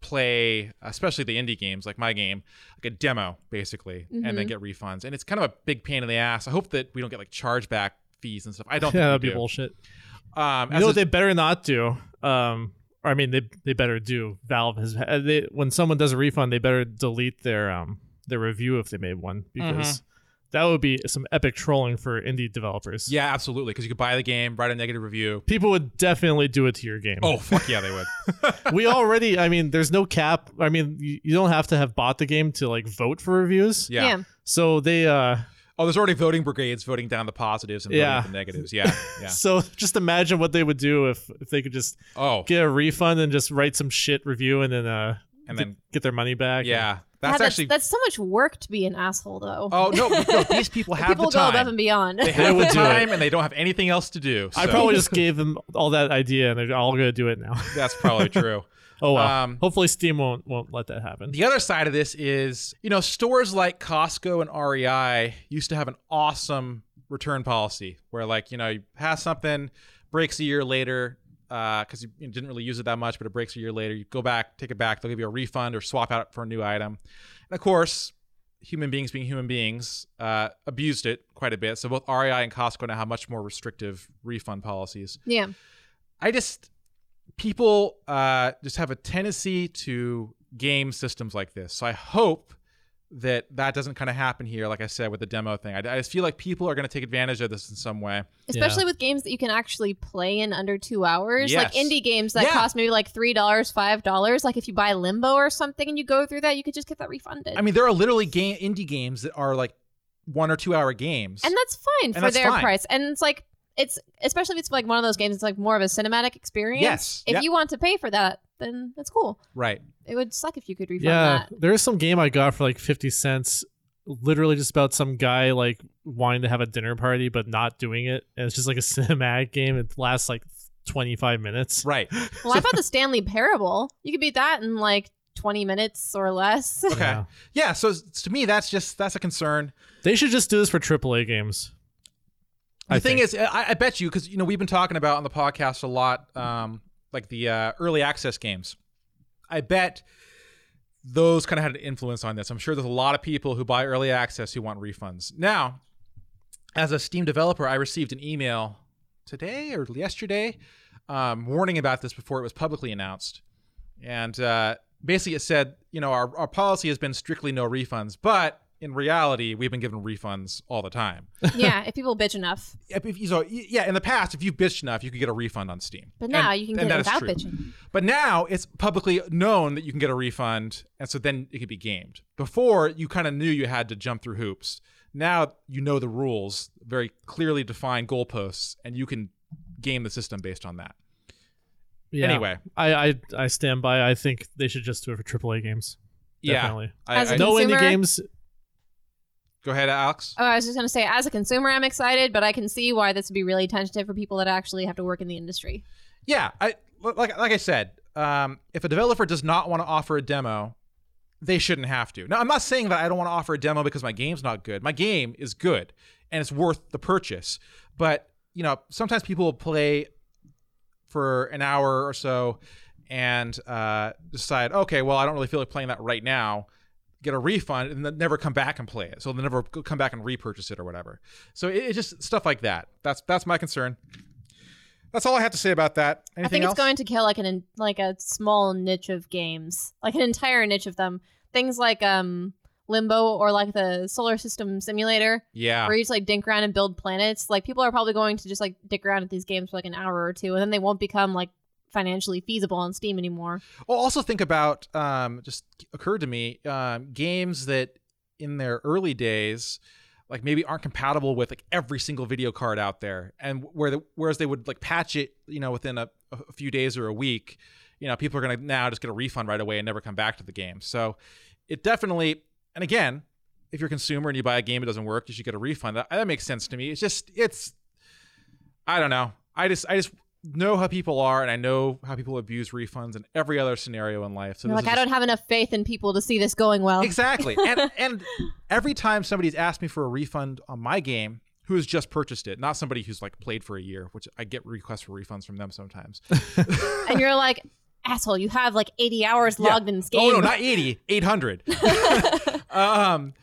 [SPEAKER 7] play, especially the indie games like my game, like a demo basically, and then
[SPEAKER 8] Mhm.
[SPEAKER 7] get refunds. And it's kind of a big pain in the ass. I hope that we don't get like chargeback fees and stuff. I don't.
[SPEAKER 9] [laughs] Yeah,
[SPEAKER 7] think
[SPEAKER 9] that'd
[SPEAKER 7] we
[SPEAKER 9] be
[SPEAKER 7] do.
[SPEAKER 9] bullshit.
[SPEAKER 7] Um,
[SPEAKER 9] You
[SPEAKER 7] as
[SPEAKER 9] know
[SPEAKER 7] a-
[SPEAKER 9] what they better not do. Um, or I mean, they they better do. Valve has uh, they when someone does a refund, they better delete their um their review if they made one because that would be some epic trolling for indie developers.
[SPEAKER 7] Mm-hmm. yeah, absolutely. Because you could buy the game, write a negative review.
[SPEAKER 9] people would definitely do it to your game. [laughs]
[SPEAKER 7] Oh fuck yeah, they would.
[SPEAKER 9] we already. I mean, there's no cap. I mean, you, you don't have to have bought the game to like vote for reviews.
[SPEAKER 7] Yeah.
[SPEAKER 9] So they uh
[SPEAKER 7] Oh, there's already voting brigades voting down the positives and voting
[SPEAKER 9] Yeah.
[SPEAKER 7] up the negatives. Yeah, yeah.
[SPEAKER 9] so [laughs] just imagine what they would do if if they could just
[SPEAKER 7] Oh,
[SPEAKER 9] get a refund and just write some shit review and then uh
[SPEAKER 7] and
[SPEAKER 9] get-
[SPEAKER 7] then
[SPEAKER 9] get their money back.
[SPEAKER 7] yeah,
[SPEAKER 8] God,
[SPEAKER 7] that's actually.
[SPEAKER 8] that's so much work to be an asshole, though.
[SPEAKER 7] oh no, no, these people have
[SPEAKER 8] People
[SPEAKER 7] [laughs] the
[SPEAKER 8] go
[SPEAKER 7] time.
[SPEAKER 8] above and beyond.
[SPEAKER 7] They have
[SPEAKER 9] would
[SPEAKER 7] the
[SPEAKER 9] do it.
[SPEAKER 7] time, and they don't have anything else to do.
[SPEAKER 9] I
[SPEAKER 7] so [laughs]
[SPEAKER 9] probably just gave them all that idea, and they're all gonna do it now. [laughs]
[SPEAKER 7] that's probably true.
[SPEAKER 9] Oh well.
[SPEAKER 7] Um,
[SPEAKER 9] Hopefully, Steam won't won't let that happen.
[SPEAKER 7] The other side of this is, you know, stores like Costco and REI used to have an awesome return policy where, like, you know, you pass something, breaks a year later, because you, you didn't really use it that much, but it breaks a year later. You go back, take it back, they'll give you a refund or swap out for a new item. And of course, human beings being human beings uh, abused it quite a bit. So both REI and Costco now have much more restrictive refund policies.
[SPEAKER 8] [laughs] yeah.
[SPEAKER 7] I just people uh, just have a tendency to game systems like this. So I hope that that doesn't kind of happen here. Like I said with the demo thing, I, I just feel like people are going to take advantage of this in some way.
[SPEAKER 8] Especially with games that you can actually play in under two hours. Like
[SPEAKER 7] Yes.
[SPEAKER 8] indie games that
[SPEAKER 7] Yeah.
[SPEAKER 8] cost maybe like $3, $5. Like if you buy Limbo or something and you go through that, you could just get that refunded.
[SPEAKER 7] I mean, there are literally game indie games that are like one or two hour games.
[SPEAKER 8] and that's fine for
[SPEAKER 7] that's
[SPEAKER 8] their
[SPEAKER 7] fine.
[SPEAKER 8] price. And it's like, it's especially if it's like one of those games, it's like more of a cinematic experience.
[SPEAKER 7] Yes.
[SPEAKER 8] If
[SPEAKER 7] Yep.
[SPEAKER 8] you want to pay for that, then that's cool.
[SPEAKER 7] right.
[SPEAKER 8] It would suck if you could refund
[SPEAKER 9] yeah,
[SPEAKER 8] that.
[SPEAKER 9] there is some game I got for like fifty cents, literally just about some guy like wanting to have a dinner party but not doing it, and it's just like a [laughs] cinematic game. It lasts like twenty five minutes.
[SPEAKER 7] Right.
[SPEAKER 8] Well, I bought the Stanley Parable. You could beat that in like 20 minutes or less.
[SPEAKER 7] Okay. Yeah. so s- to me, that's just that's a concern.
[SPEAKER 9] They should just do this for AAA games.
[SPEAKER 7] The
[SPEAKER 9] I
[SPEAKER 7] thing is,
[SPEAKER 9] think.
[SPEAKER 7] I, I bet you because you know we've been talking about on the podcast a lot, um, like the uh, early access games. I bet those kind of had an influence on this. I'm sure there's a lot of people who buy early access who want refunds. Now, as a Steam developer, I received an email today or yesterday um, warning about this before it was publicly announced. And uh, basically, it said, you know, our, our policy has been strictly no refunds, but in reality, we've been given refunds all the time.
[SPEAKER 8] [laughs] yeah, if people bitch enough.
[SPEAKER 7] If- if- so, yeah, in the past, if you bitched enough, you could get a refund on Steam.
[SPEAKER 8] But now
[SPEAKER 7] And-
[SPEAKER 8] you can
[SPEAKER 7] and
[SPEAKER 8] get it
[SPEAKER 7] that is
[SPEAKER 8] without
[SPEAKER 7] true.
[SPEAKER 8] bitching.
[SPEAKER 7] But now it's publicly known that you can get a refund, and so then it could be gamed. Before, you kind of knew you had to jump through hoops. Now you know the rules, very clearly defined goalposts, and you can game the system based on that.
[SPEAKER 9] Yeah.
[SPEAKER 7] Anyway,
[SPEAKER 9] I, I I stand by. I think they should just do it for AAA games. Definitely.
[SPEAKER 7] yeah.
[SPEAKER 8] As
[SPEAKER 7] I, I,
[SPEAKER 8] a
[SPEAKER 9] No indie
[SPEAKER 8] Consumer-
[SPEAKER 9] games.
[SPEAKER 7] go ahead, Alex.
[SPEAKER 8] Oh, I was just gonna say, as a consumer, I'm excited, but I can see why this would be really tentative for people that actually have to work in the industry.
[SPEAKER 7] Yeah, I like like I said, um, if a developer does not want to offer a demo, they shouldn't have to. Now, I'm not saying that I don't want to offer a demo because my game's not good. My game is good and it's worth the purchase. But you know, sometimes people will play for an hour or so and uh, decide, okay, well, I don't really feel like playing that right now. Get a refund and then never come back and play it. So they'll never go- come back and repurchase it or whatever. So it, it's just stuff like that. That's that's my concern. That's all I have to say about that. Anything
[SPEAKER 8] I think
[SPEAKER 7] else?
[SPEAKER 8] it's going to kill like an like a small niche of games, like an entire niche of them. Things like um Limbo or like the Solar System Simulator,
[SPEAKER 7] Yeah.
[SPEAKER 8] where you just like dink around and build planets. Like people are probably going to just like dick around at these games for like an hour or two, and then they won't become like financially feasible on Steam anymore.
[SPEAKER 7] Well, also think about um, just occurred to me um, games that in their early days, like maybe aren't compatible with like every single video card out there, and where the, whereas they would like patch it, you know, within a, a few days or a week, you know, people are gonna now just get a refund right away and never come back to the game. So it definitely, and again, if you're a consumer and you buy a game that doesn't work, you should get a refund. That, that makes sense to me. It's just it's, I don't know. I just I just know how people are, and I know how people abuse refunds in every other scenario in life. So
[SPEAKER 8] You're
[SPEAKER 7] this
[SPEAKER 8] like,
[SPEAKER 7] is
[SPEAKER 8] I
[SPEAKER 7] just-
[SPEAKER 8] don't have enough faith in people to see this going well.
[SPEAKER 7] [laughs] Exactly. And and every time somebody's asked me for a refund on my game, who has just purchased it, not somebody who's like played for a year, which I get requests for refunds from them sometimes.
[SPEAKER 8] and you're like, asshole, you have like 80 hours
[SPEAKER 7] Yeah.
[SPEAKER 8] logged in this game.
[SPEAKER 7] Oh no, not 80, 800. [laughs] um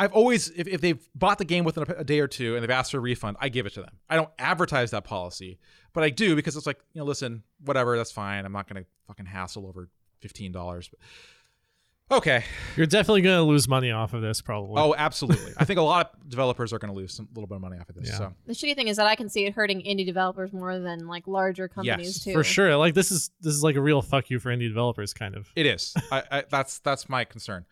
[SPEAKER 7] I've always, if, if they've bought the game within a, a day or two and they've asked for a refund, I give it to them. I don't advertise that policy, but I do because it's like, you know, listen, whatever, that's fine. I'm not going to fucking hassle over $15. Okay.
[SPEAKER 9] You're definitely going to lose money off of this, probably.
[SPEAKER 7] Oh, absolutely. I think a lot of [laughs] developers are going to lose some little bit of money off of this.
[SPEAKER 9] Yeah.
[SPEAKER 7] So,
[SPEAKER 8] The shitty thing is that I can see it hurting indie developers more than like larger companies
[SPEAKER 7] Yes,
[SPEAKER 8] too.
[SPEAKER 9] for sure. Like this is this is like a real fuck you for indie developers, kind of.
[SPEAKER 7] It is. I, I, that's that's my concern.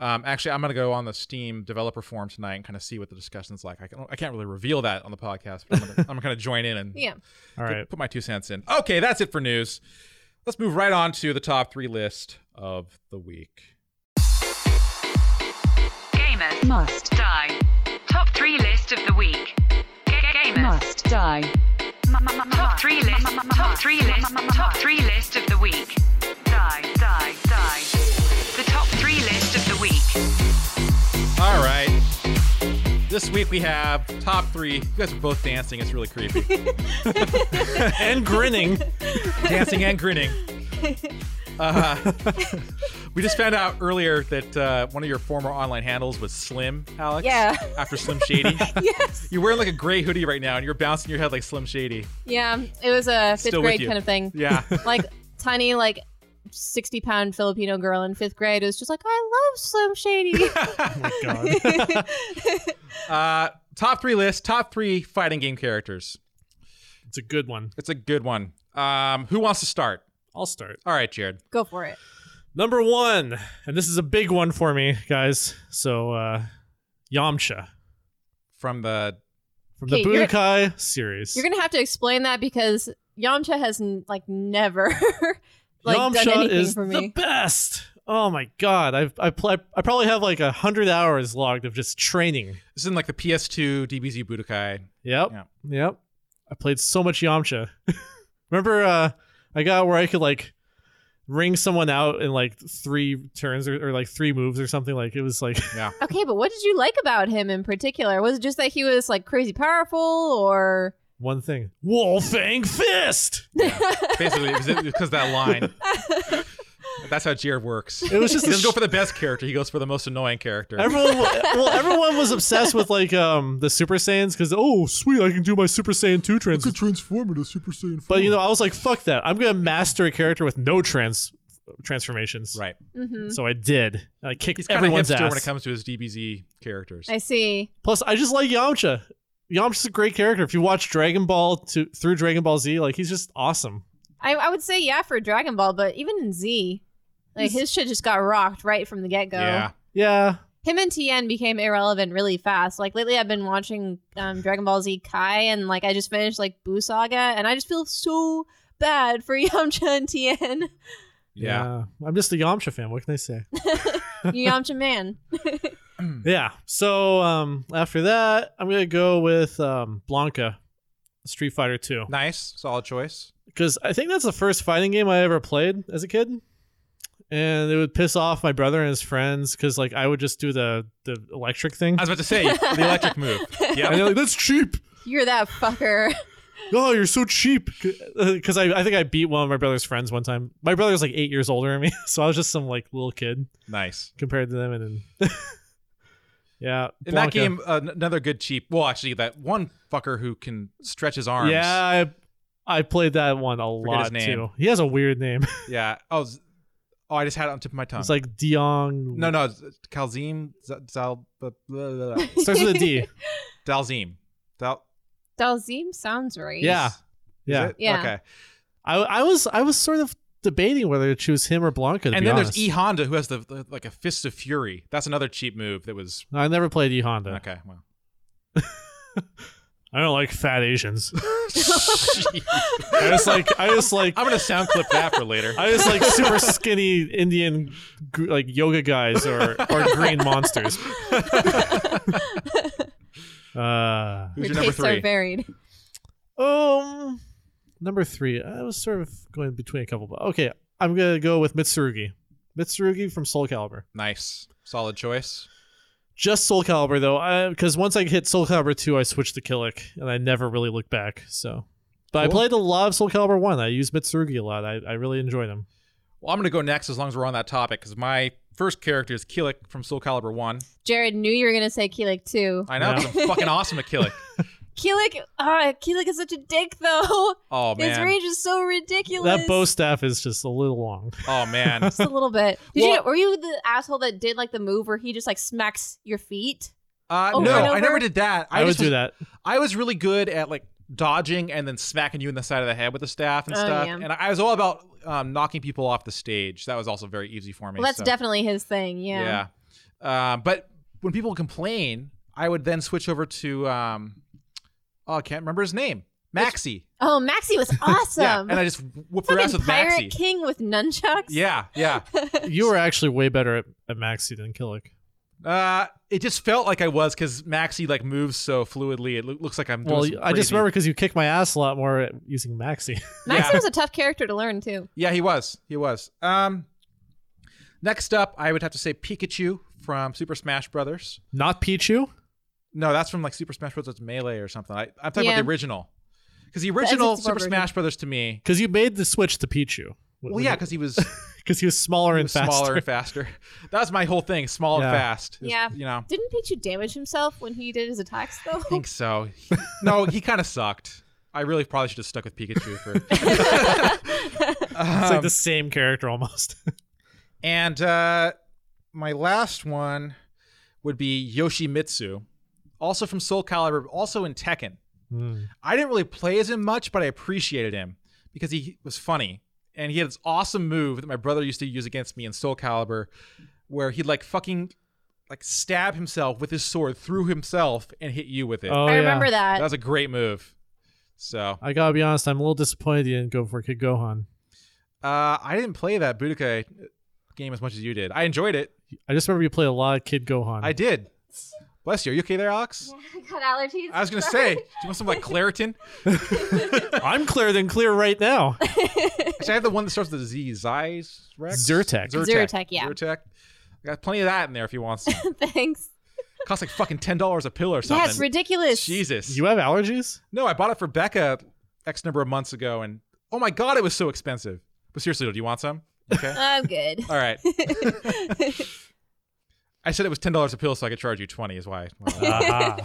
[SPEAKER 7] Um, actually, I'm going to go on the Steam developer forum tonight and kind of see what the discussion's like. I, can, I can't really reveal that on the podcast, but I'm going to I'm gonna join in and
[SPEAKER 8] [laughs] Yeah.
[SPEAKER 9] All
[SPEAKER 7] put,
[SPEAKER 9] right.
[SPEAKER 7] put my two cents in. Okay, that's it for news. Let's move right on to the top three list of the week.
[SPEAKER 10] Gamers must die. Top three list of the week. Gamers must die. Top three list. Top three list. Top three list of the week. Die, die, die. The top three list of the week.
[SPEAKER 7] All right. This week we have top three. You guys are both dancing. It's really creepy.
[SPEAKER 9] and grinning.
[SPEAKER 7] dancing and grinning. Uh, [laughs] we just found out earlier that uh, one of your former online handles was Slim, Alex.
[SPEAKER 8] Yeah.
[SPEAKER 7] After Slim Shady.
[SPEAKER 8] yes.
[SPEAKER 7] You're wearing like a gray hoodie right now, and you're bouncing your head like Slim Shady.
[SPEAKER 8] Yeah. It was a fifth
[SPEAKER 7] Still with
[SPEAKER 8] grade
[SPEAKER 7] you.
[SPEAKER 8] kind of thing.
[SPEAKER 7] Yeah,
[SPEAKER 8] [laughs] Like tiny, like sixty pound Filipino girl in fifth grade was just like, I love
[SPEAKER 7] [laughs]
[SPEAKER 8] Slim Shady. [laughs]
[SPEAKER 9] Oh God.
[SPEAKER 7] uh, top three list. Top three fighting game characters.
[SPEAKER 9] It's a good one.
[SPEAKER 7] It's a good one. Um, who wants to start?
[SPEAKER 9] I'll start.
[SPEAKER 7] All right, Jared.
[SPEAKER 8] Go for it.
[SPEAKER 9] Number one, and this is a big one for me, guys. So uh Yamcha
[SPEAKER 7] From the
[SPEAKER 9] from
[SPEAKER 8] Okay,
[SPEAKER 9] the
[SPEAKER 8] you're-
[SPEAKER 9] Budokai series.
[SPEAKER 8] You're gonna have to explain that because Yamcha has n- like never [laughs] like done
[SPEAKER 9] Yamcha
[SPEAKER 8] anything
[SPEAKER 9] is
[SPEAKER 8] for
[SPEAKER 9] the
[SPEAKER 8] me.
[SPEAKER 9] best. Oh my god, I've I play I probably have like a hundred hours logged of just training.
[SPEAKER 7] this is in like the PS2 DBZ Budokai.
[SPEAKER 9] Yep.
[SPEAKER 7] Yeah.
[SPEAKER 9] Yep. I played so much Yamcha. [laughs] Remember uh I got where I could like ring someone out in like three turns or, or like three moves or something. Like it was like [laughs]
[SPEAKER 8] okay, but what did you like about him in particular? Was it just that he was like crazy powerful, or
[SPEAKER 9] one thing. Wolfang Fist!
[SPEAKER 7] Basically, it was- it was because that line. That's how Jared works.
[SPEAKER 9] It was just
[SPEAKER 7] He
[SPEAKER 9] a
[SPEAKER 7] doesn't go for the best character. He goes for the most annoying character.
[SPEAKER 9] Everyone, well, everyone was obsessed with like um the Super Saiyans because oh sweet, I can do my Super Saiyan two trans. I could transform into Super Saiyan. But you know, I was like, fuck that. I'm gonna master a character with no trans transformations.
[SPEAKER 7] right.
[SPEAKER 8] Mhm.
[SPEAKER 9] So I did. I kicked
[SPEAKER 7] He's kind of
[SPEAKER 9] everyone's
[SPEAKER 7] hipster
[SPEAKER 9] ass.
[SPEAKER 7] when it comes to his DBZ characters.
[SPEAKER 8] I see.
[SPEAKER 9] Plus, I just like Yamcha. Yamcha's a great character. If you watch Dragon Ball to through Dragon Ball Z, like he's just awesome.
[SPEAKER 8] I, I would say yeah for Dragon Ball, but even in Z, like his shit just got rocked right from the get go.
[SPEAKER 7] Yeah.
[SPEAKER 9] Yeah.
[SPEAKER 8] Him and TN became irrelevant really fast. Like lately, I've been watching um, Dragon Ball Z Kai, and like I just finished like Buu Saga, and I just feel so bad for [laughs] Yamcha
[SPEAKER 7] [laughs]
[SPEAKER 8] and TN.
[SPEAKER 7] Yeah.
[SPEAKER 9] I'm just a Yamcha fan. What can I say?
[SPEAKER 8] you Yamcha man.
[SPEAKER 9] Yeah. So um, after that, I'm gonna go with um, Blanca, Street Fighter Two,
[SPEAKER 7] Nice. Solid choice.
[SPEAKER 9] because I think that's the first fighting game I ever played as a kid, and it would piss off my brother and his friends because like I would just do the the electric thing.
[SPEAKER 7] I was about to say the electric
[SPEAKER 9] [laughs]
[SPEAKER 7] move. Yeah. [laughs]
[SPEAKER 9] And they're like, that's cheap.
[SPEAKER 8] You're that fucker.
[SPEAKER 9] Oh, you're so cheap. Because uh, I, I think I beat one of my brother's friends one time. My brother's like eight years older than me, [laughs] so I was just some like little kid
[SPEAKER 7] Nice.
[SPEAKER 9] compared to them. And then, [laughs] yeah,
[SPEAKER 7] In that
[SPEAKER 9] Blanca.
[SPEAKER 7] game, uh, another good cheap. Well, actually, that one fucker who can stretch his arms.
[SPEAKER 9] Yeah, I, I played that one a
[SPEAKER 7] Forget
[SPEAKER 9] lot
[SPEAKER 7] his name.
[SPEAKER 9] too. He has a weird name.
[SPEAKER 7] Yeah. Oh, z- oh, I just had it on the tip of my tongue.
[SPEAKER 9] It's like Dion.
[SPEAKER 7] no, no, it's Calzim, Z- Zal, blah, blah, blah,
[SPEAKER 9] [laughs]
[SPEAKER 7] blah.
[SPEAKER 9] starts with
[SPEAKER 7] [laughs]
[SPEAKER 9] a D.
[SPEAKER 7] Dalzim. Dal.
[SPEAKER 8] Dalzim sounds right.
[SPEAKER 9] Yeah,
[SPEAKER 7] Is
[SPEAKER 9] yeah.
[SPEAKER 7] it?
[SPEAKER 8] Yeah.
[SPEAKER 7] Okay.
[SPEAKER 9] I, I was I was sort of debating whether to choose him or Blanca. To
[SPEAKER 7] And
[SPEAKER 9] be
[SPEAKER 7] then
[SPEAKER 9] honest.
[SPEAKER 7] there's E Honda who has the, the like a fist of fury. That's another cheap move that was.
[SPEAKER 9] I never played E Honda.
[SPEAKER 7] Okay.
[SPEAKER 9] [laughs]
[SPEAKER 7] Well.
[SPEAKER 9] I don't like fat Asians. I just like I just like
[SPEAKER 7] I'm gonna sound clip that for later.
[SPEAKER 9] I just like super skinny Indian gr- like yoga guys or or green monsters. uh,
[SPEAKER 7] Who's
[SPEAKER 8] Your
[SPEAKER 7] your number
[SPEAKER 8] tastes are
[SPEAKER 7] three?
[SPEAKER 8] varied.
[SPEAKER 9] um, number three. I was sort of going between a couple, but okay, I'm gonna go with Mitsurugi. Mitsurugi from Soul Calibur.
[SPEAKER 7] Nice. Solid choice.
[SPEAKER 9] Just Soul Calibur though, because once I hit Soul Calibur two, I switched to Killick, and I never really looked back. So, but I
[SPEAKER 7] Cool.
[SPEAKER 9] played a lot of Soul Calibur one. I used Mitsurugi a lot. I, I really enjoyed him.
[SPEAKER 7] Well, I'm going to go next as long as we're on that topic because my First character is Killick from Soul Calibur 1.
[SPEAKER 8] Jared knew you were gonna say Keelik too.
[SPEAKER 7] I know, 'cause I'm fucking awesome at
[SPEAKER 9] [laughs]
[SPEAKER 7] Killick.
[SPEAKER 8] Keelik, uh, Keelik is such a dick though.
[SPEAKER 7] Oh,
[SPEAKER 8] His
[SPEAKER 7] man.
[SPEAKER 8] range is so ridiculous.
[SPEAKER 9] That bow staff is just a little long.
[SPEAKER 7] Oh,
[SPEAKER 9] [laughs]
[SPEAKER 7] man.
[SPEAKER 8] Just a little bit. Did
[SPEAKER 7] Well-
[SPEAKER 8] you, were you the asshole that did like the move where he just like smacks your feet?
[SPEAKER 7] Uh,
[SPEAKER 8] Over
[SPEAKER 7] no,
[SPEAKER 8] and
[SPEAKER 7] I never
[SPEAKER 8] over?
[SPEAKER 7] did that.
[SPEAKER 9] I, would
[SPEAKER 7] just
[SPEAKER 9] do
[SPEAKER 7] was-
[SPEAKER 9] that.
[SPEAKER 7] I was really good at like dodging and then smacking you in the side of the head with the staff and
[SPEAKER 8] Oh,
[SPEAKER 7] stuff.
[SPEAKER 8] yeah.
[SPEAKER 7] And I was all about um, knocking people off the stage. That was also very easy for me.
[SPEAKER 8] Well, that's
[SPEAKER 7] so-
[SPEAKER 8] definitely his thing. Yeah.
[SPEAKER 7] Yeah. Um, but when people complain, I would then switch over to um, oh, I can't remember his name, Maxi.
[SPEAKER 8] Oh, Maxi was
[SPEAKER 7] [laughs]
[SPEAKER 8] awesome.
[SPEAKER 7] Yeah, and I just whoop their ass
[SPEAKER 8] Fucking
[SPEAKER 7] with
[SPEAKER 8] Pirate
[SPEAKER 7] Maxi.
[SPEAKER 8] King with nunchucks.
[SPEAKER 7] Yeah,
[SPEAKER 8] [laughs]
[SPEAKER 7] yeah.
[SPEAKER 9] You were actually way better at, at Maxi than Killick.
[SPEAKER 7] Uh, it just felt like I was because Maxi like moves so fluidly. It loo- looks like I'm. Doing
[SPEAKER 9] Well,
[SPEAKER 7] some
[SPEAKER 9] I just
[SPEAKER 7] crazy-
[SPEAKER 9] remember because you kicked my ass a lot more at using Maxi. [laughs]
[SPEAKER 8] Maxi
[SPEAKER 7] Yeah.
[SPEAKER 8] was a tough character to learn too.
[SPEAKER 7] Yeah, he was. He was. Um, next up, I would have to say Pikachu from Super Smash Brothers.
[SPEAKER 9] Not Pichu.
[SPEAKER 7] No, that's from like Super Smash Bros. It's Melee or something. I, I'm talking
[SPEAKER 8] Yeah.
[SPEAKER 7] about the original. Because the original
[SPEAKER 8] N64
[SPEAKER 7] Super
[SPEAKER 8] version.
[SPEAKER 7] Smash Brothers to me,
[SPEAKER 9] Because you made the switch to Pichu.
[SPEAKER 7] well, yeah, because he was,
[SPEAKER 9] because he was smaller
[SPEAKER 7] he
[SPEAKER 9] and
[SPEAKER 7] was
[SPEAKER 9] faster.
[SPEAKER 7] [laughs] smaller and faster. That was my whole thing, small
[SPEAKER 9] Yeah.
[SPEAKER 7] and fast. is,
[SPEAKER 8] Yeah.
[SPEAKER 7] you know,
[SPEAKER 8] Didn't Pichu damage himself when he did his attacks though?
[SPEAKER 7] I think so. no, he kind of sucked. I really probably should have stuck with Pikachu
[SPEAKER 8] [laughs]
[SPEAKER 7] for. [laughs]
[SPEAKER 9] It's like
[SPEAKER 7] Um,
[SPEAKER 9] the same character almost. [laughs]
[SPEAKER 7] And uh, my last one would be Yoshimitsu, also from Soul Calibur, also in Tekken. I didn't really play as him much, but I appreciated him because he was funny. And he had this awesome move that my brother used to use against me in Soul Calibur, where he'd like fucking like stab himself with his sword through himself and hit you with it.
[SPEAKER 8] [laughs]
[SPEAKER 9] oh,
[SPEAKER 8] I
[SPEAKER 9] yeah.
[SPEAKER 8] remember
[SPEAKER 7] That
[SPEAKER 8] that.
[SPEAKER 7] was a great move. So
[SPEAKER 9] I gotta be honest, I'm a little disappointed you didn't go for Kid Gohan.
[SPEAKER 7] uh, I didn't play that Budokai game as much as you did. I enjoyed it.
[SPEAKER 9] I just remember you played a lot of Kid Gohan.
[SPEAKER 7] I did. Bless you. Are you okay there, Alex?
[SPEAKER 8] Got allergies.
[SPEAKER 7] I was gonna say, do you want some like Claritin?
[SPEAKER 9] [laughs] I'm clearer than clear right
[SPEAKER 8] [laughs]
[SPEAKER 9] now.
[SPEAKER 7] Actually, I have the one that starts with a Z. Zyrex.
[SPEAKER 9] Zyrtec.
[SPEAKER 8] Zyrtec, yeah.
[SPEAKER 7] Zyrtec. I got plenty of that in there if you
[SPEAKER 8] [laughs]
[SPEAKER 7] want. Some.
[SPEAKER 8] Thanks.
[SPEAKER 7] Costs like fucking ten dollars a pill or something.
[SPEAKER 8] Yeah, it's ridiculous.
[SPEAKER 7] Jesus.
[SPEAKER 9] You
[SPEAKER 8] [laughs]
[SPEAKER 9] have allergies?
[SPEAKER 7] no, I bought it for Becca X number of months ago, and oh my god, it was so expensive. But seriously, though, do you want some? Okay.
[SPEAKER 8] I'm Oh, good.
[SPEAKER 7] [laughs]
[SPEAKER 8] [laughs]
[SPEAKER 7] All right. I said it was ten dollars a pill, so I could charge you twenty. Is why.
[SPEAKER 8] [laughs]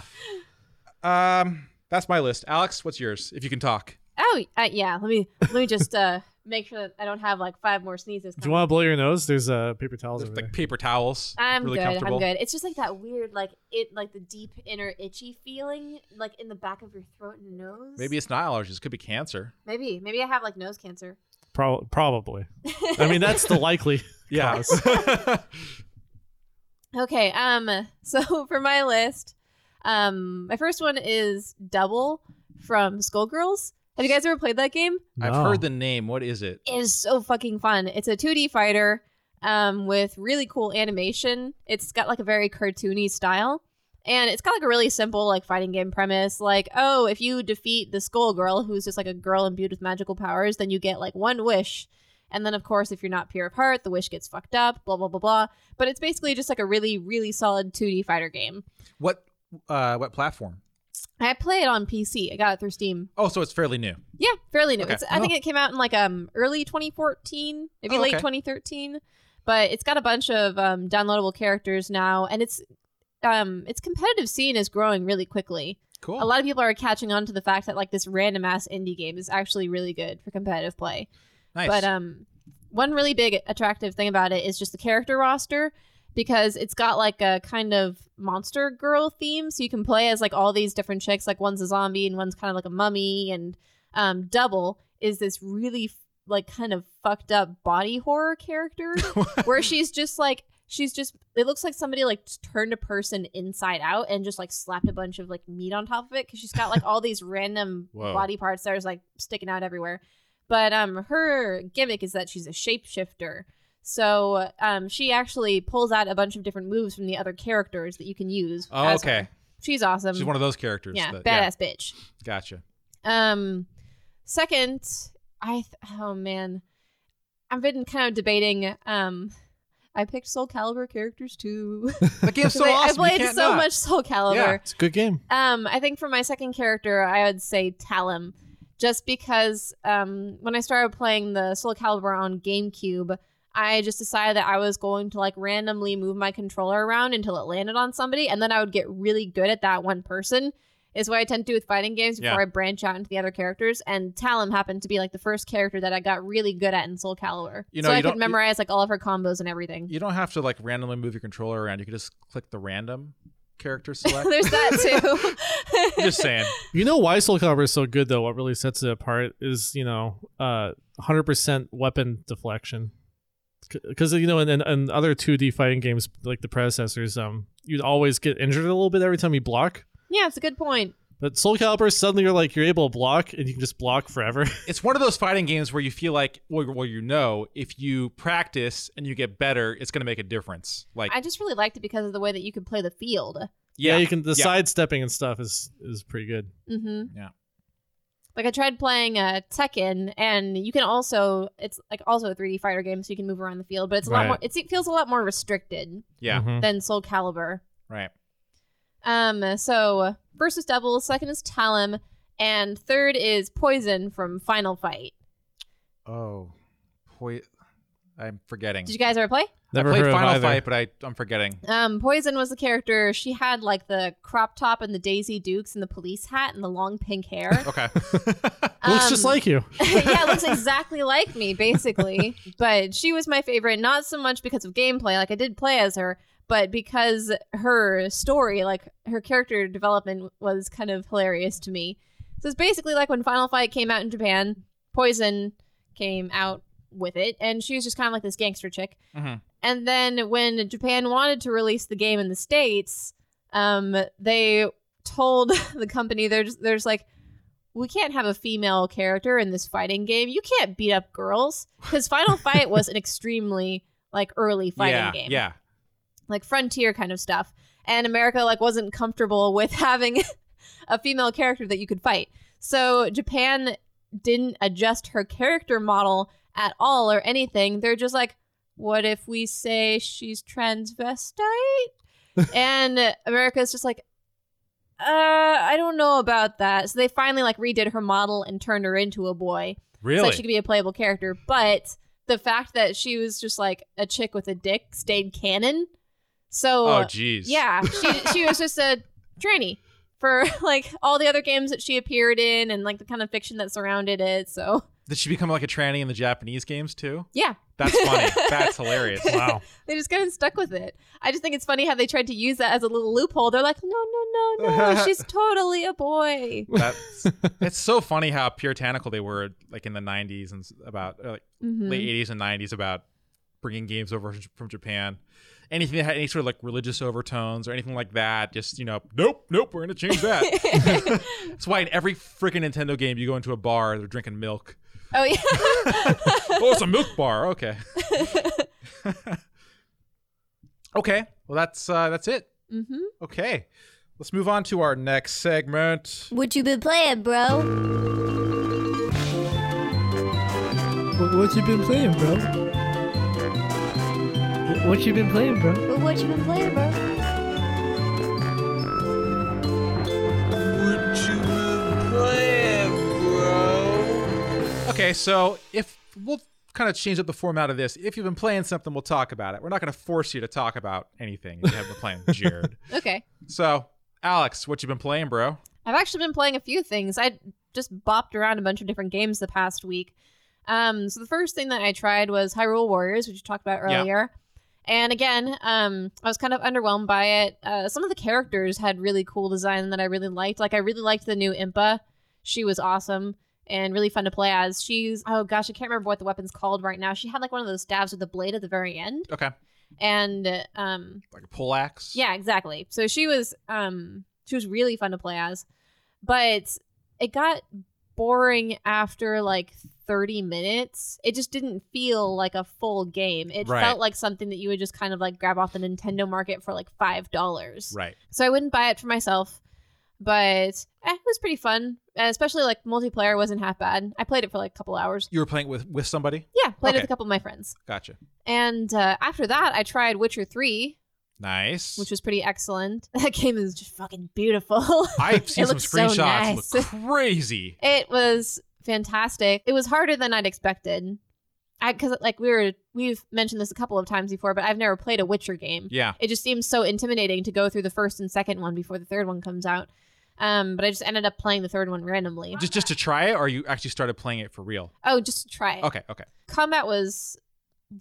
[SPEAKER 7] um, that's my list. Alex, what's yours? If you can talk.
[SPEAKER 8] Oh, uh, yeah. Let me let me just uh, make sure that I don't have like five more sneezes.
[SPEAKER 9] Do you want to blow your nose? There's uh, paper towels
[SPEAKER 7] There's
[SPEAKER 9] over there.
[SPEAKER 7] like paper towels.
[SPEAKER 8] I'm
[SPEAKER 7] really
[SPEAKER 8] good.
[SPEAKER 7] comfortable.
[SPEAKER 8] I'm good. It's just like that weird, like it, like the deep inner itchy feeling, like in the back of your throat and nose.
[SPEAKER 7] Maybe it's not allergies. It could be cancer.
[SPEAKER 8] Maybe. Maybe I have like nose cancer.
[SPEAKER 9] Prob- probably. I mean, that's
[SPEAKER 8] [laughs]
[SPEAKER 9] the likely.
[SPEAKER 7] Yeah.
[SPEAKER 9] [laughs]
[SPEAKER 8] Okay. Um. [laughs] So for my list, um, my first one is Double from Skullgirls. Have you guys ever played that game?
[SPEAKER 7] I've
[SPEAKER 9] No.
[SPEAKER 7] heard the name. What is it?
[SPEAKER 8] It is so fucking fun. It's a 2D fighter um, with really cool animation. It's got like a very cartoony style. And it's got like a really simple like fighting game premise. Like, oh, if you defeat the skull girl, who's just like a girl imbued with magical powers, then you get like one wish. And then of course, if you're not pure of heart, the wish gets fucked up, blah blah blah blah. But it's basically just like a really, really solid 2D fighter game.
[SPEAKER 7] What uh what platform?
[SPEAKER 8] I play it on PC. I got it through Steam.
[SPEAKER 7] Oh, so it's fairly new.
[SPEAKER 8] Yeah, fairly new.
[SPEAKER 7] Okay.
[SPEAKER 8] It's, I think it came out in like um early 2014, maybe
[SPEAKER 7] Oh,
[SPEAKER 8] late
[SPEAKER 7] okay.
[SPEAKER 8] 2013. But it's got a bunch of um, downloadable characters now, and it's um its competitive scene is growing really quickly.
[SPEAKER 7] Cool.
[SPEAKER 8] A lot of people are catching on to the fact that like this random ass indie game is actually really good for competitive play.
[SPEAKER 7] nice.
[SPEAKER 8] But um, one really big attractive thing about it is just the character roster because it's got like a kind of monster girl theme. So you can play as like all these different chicks. Like one's a zombie and one's kind of like a mummy. And um, double is this really like kind of fucked up body horror
[SPEAKER 7] [laughs]
[SPEAKER 8] character where she's just like she's just it looks like somebody like turned a person inside out and just like slapped a bunch of like meat on top of it because she's got like all these random
[SPEAKER 7] Whoa.
[SPEAKER 8] body parts that are like sticking out everywhere but um her gimmick is that she's a shapeshifter so um she actually pulls out a bunch of different moves from the other characters that you can use
[SPEAKER 7] Oh,
[SPEAKER 8] as
[SPEAKER 7] okay.
[SPEAKER 8] her. she's awesome
[SPEAKER 7] She's one of those characters.
[SPEAKER 8] yeah
[SPEAKER 7] that-
[SPEAKER 8] badass bitch
[SPEAKER 7] Gotcha.
[SPEAKER 8] um, second, I th- oh man, I've been kind of debating. Um, I picked Soul Calibur characters too. [laughs]
[SPEAKER 7] That game's
[SPEAKER 8] 'Cause
[SPEAKER 7] so
[SPEAKER 8] I,
[SPEAKER 7] awesome.
[SPEAKER 8] I
[SPEAKER 7] you
[SPEAKER 8] played
[SPEAKER 7] can't
[SPEAKER 8] so
[SPEAKER 7] not.
[SPEAKER 8] much Soul
[SPEAKER 7] Yeah.
[SPEAKER 8] Calibur.
[SPEAKER 9] It's a good game.
[SPEAKER 8] Um, I think for my second character, I would say Talon, just because um, when I started playing the Soul Calibur on GameCube, I just decided that I was going to like randomly move my controller around until it landed on somebody, and then I would get really good at that one person. Is what I tend to do with fighting games before
[SPEAKER 7] Yeah.
[SPEAKER 8] I branch out into the other characters. And Talon happened to be like the first character that I got really good at in Soul Calibur,
[SPEAKER 7] You know,
[SPEAKER 8] so
[SPEAKER 7] you
[SPEAKER 8] I could
[SPEAKER 7] don't-
[SPEAKER 8] memorize like all of her combos and everything.
[SPEAKER 7] You don't have to like randomly move your controller around. You can just click the random
[SPEAKER 8] [laughs]
[SPEAKER 7] character select. [laughs]
[SPEAKER 8] There's that too.
[SPEAKER 7] I'm just saying.
[SPEAKER 9] You know why Soul Calibur is so good though? What really sets it apart is you know, uh, hundred percent weapon deflection. Because you know, in, in, in other two D fighting games like the predecessors, um, you'd always get injured a little bit every time you block.
[SPEAKER 8] yeah, it's a good point.
[SPEAKER 9] But Soul Calibur, suddenly you're like you're able to block and you can just block forever. [laughs]
[SPEAKER 7] It's one of those fighting games where you feel like, well, well you know, if you practice and you get better, it's going to make a difference. Like,
[SPEAKER 8] I just really liked it because of the way that you could play the field.
[SPEAKER 9] yeah, you can the sidestepping and stuff is is pretty good.
[SPEAKER 8] hmm
[SPEAKER 7] Yeah.
[SPEAKER 8] Like I tried playing uh, Tekken, and you can also it's like also a 3D fighter game, so you can move around the field, but it's a lot
[SPEAKER 9] Right.
[SPEAKER 8] more. It's, it feels a lot more restricted
[SPEAKER 7] Yeah.
[SPEAKER 9] Mhm.
[SPEAKER 8] than Soul Calibur.
[SPEAKER 7] Right.
[SPEAKER 8] Um. So first is Double, second is Talon, and third is Poison from Final Fight.
[SPEAKER 7] Oh, boy, I'm forgetting.
[SPEAKER 8] Did you guys ever play?
[SPEAKER 9] Never
[SPEAKER 7] I
[SPEAKER 9] heard
[SPEAKER 7] played
[SPEAKER 9] of
[SPEAKER 7] Final
[SPEAKER 9] either.
[SPEAKER 7] Fight, but I, I'm forgetting.
[SPEAKER 8] Um, Poison was the character. She had like the crop top and the Daisy Dukes and the police hat and the long pink hair.
[SPEAKER 7] Okay.
[SPEAKER 9] Looks just
[SPEAKER 8] Um,
[SPEAKER 9] like you.
[SPEAKER 8] [laughs] yeah, it looks exactly like me, basically. but she was my favorite, not so much because of gameplay, like I did play as her, but because her story, like her character development was kind of hilarious to me. So it's basically like when Final Fight came out in Japan, Poison came out with it, and she was just kind of like this gangster chick.
[SPEAKER 7] Mhm.
[SPEAKER 8] And then when Japan wanted to release the game in the States, um, they told [laughs] the company they're just, they're just like, we can't have a female character in this fighting game. You can't beat up girls because Final Fight
[SPEAKER 7] [laughs]
[SPEAKER 8] was an extremely like early [laughs] fighting
[SPEAKER 7] yeah.
[SPEAKER 8] game,
[SPEAKER 7] Yeah.
[SPEAKER 8] like frontier kind of stuff. And America like wasn't comfortable [laughs] with having a female character that you could fight. So Japan didn't adjust her character model at all or anything. They're just like, what if we say she's transvestite? and America's just like, uh, I don't know about that. So they finally like redid her model and turned her into a boy so that she could be a playable character. But the fact that she was just like a chick with a dick stayed canon. So
[SPEAKER 7] Oh, jeez.
[SPEAKER 8] yeah, she she was just a tranny for [laughs] like all the other games that she appeared in and like the kind of fiction that surrounded it. So
[SPEAKER 7] Did she become like a tranny in the Japanese games too?
[SPEAKER 8] yeah,
[SPEAKER 7] That's
[SPEAKER 8] [laughs]
[SPEAKER 7] funny. That's hilarious.
[SPEAKER 9] Wow.
[SPEAKER 8] they just kind of stuck with it. I just think it's funny how they tried to use that as a little loophole. They're like, no, no,
[SPEAKER 7] [laughs]
[SPEAKER 8] no, no, she's totally a boy. [laughs]
[SPEAKER 7] That's it's so funny how puritanical they were like in the 90s and s- about uh, like
[SPEAKER 8] Mhm.
[SPEAKER 7] late 80s and 90s about bringing games over j- from Japan. Anything that had any sort of like religious overtones or anything like that, just you know, nope, nope, we're gonna change that.
[SPEAKER 8] [laughs]
[SPEAKER 7] [laughs] That's why in every freaking Nintendo game you go into a bar, they're drinking milk.
[SPEAKER 8] Oh yeah.
[SPEAKER 7] [laughs] oh, it's a milk bar. Okay. [laughs] okay. Well, that's uh, that's it.
[SPEAKER 8] mm-hmm.
[SPEAKER 7] Okay. Let's move on to our next segment.
[SPEAKER 1] What you been playing, bro?
[SPEAKER 11] What you been playing, bro? What you been playing, bro?
[SPEAKER 1] What you been playing, bro?
[SPEAKER 7] Okay, so if we'll kind of change up the format of this. If you've been playing something, we'll talk about it. We're not going to force you to talk about anything if you haven't been playing
[SPEAKER 8] [laughs]
[SPEAKER 7] Jared.
[SPEAKER 8] Okay.
[SPEAKER 7] So, Alex, what you been playing, bro?
[SPEAKER 8] I've actually been playing a few things. I just bopped around a bunch of different games the past week. Um, so the first thing that I tried was Hyrule Warriors, which you talked about
[SPEAKER 7] Yeah.
[SPEAKER 8] earlier. And again, um, I was kind of underwhelmed by it. Uh, some of the characters had really cool design that I really liked. Like I really liked the new Impa. She was awesome and really fun to play as. She's oh gosh, I can't remember what the weapon's called right now. She had like one of those stabs with a blade at the very end,
[SPEAKER 7] Okay,
[SPEAKER 8] and um,
[SPEAKER 7] like a pole axe.
[SPEAKER 8] yeah, exactly. So she was um she was really fun to play as. But it got boring after like 30 minutes. It just didn't feel like a full game. It
[SPEAKER 7] Right.
[SPEAKER 8] felt like something that you would just kind of like grab off the Nintendo market for like $5.
[SPEAKER 7] Right.
[SPEAKER 8] So I wouldn't buy it for myself. But eh, it was pretty fun, and especially like multiplayer wasn't half bad. I played it for like a couple hours.
[SPEAKER 7] You were playing with with somebody.
[SPEAKER 8] Yeah, played it with
[SPEAKER 7] Okay.
[SPEAKER 8] a couple of my friends.
[SPEAKER 7] Gotcha.
[SPEAKER 8] And uh, after that, I tried Witcher 3,
[SPEAKER 7] Nice.
[SPEAKER 8] which was pretty excellent. [laughs] That game is just fucking beautiful. [laughs]
[SPEAKER 7] I've seen
[SPEAKER 8] it
[SPEAKER 7] some
[SPEAKER 8] looks so
[SPEAKER 7] screenshots.
[SPEAKER 8] nice. [laughs]
[SPEAKER 7] Look crazy.
[SPEAKER 8] it was fantastic. It was harder than I'd expected. because like we were we've mentioned this a couple of times before, but I've never played a Witcher game.
[SPEAKER 7] Yeah.
[SPEAKER 8] It just seems so intimidating to go through the first and second one before the third one comes out. Um, but I just ended up playing the third one randomly.
[SPEAKER 7] [laughs] Just just to try it, or you actually started playing it for real?
[SPEAKER 8] oh, just to try it.
[SPEAKER 7] Okay, okay.
[SPEAKER 8] Combat was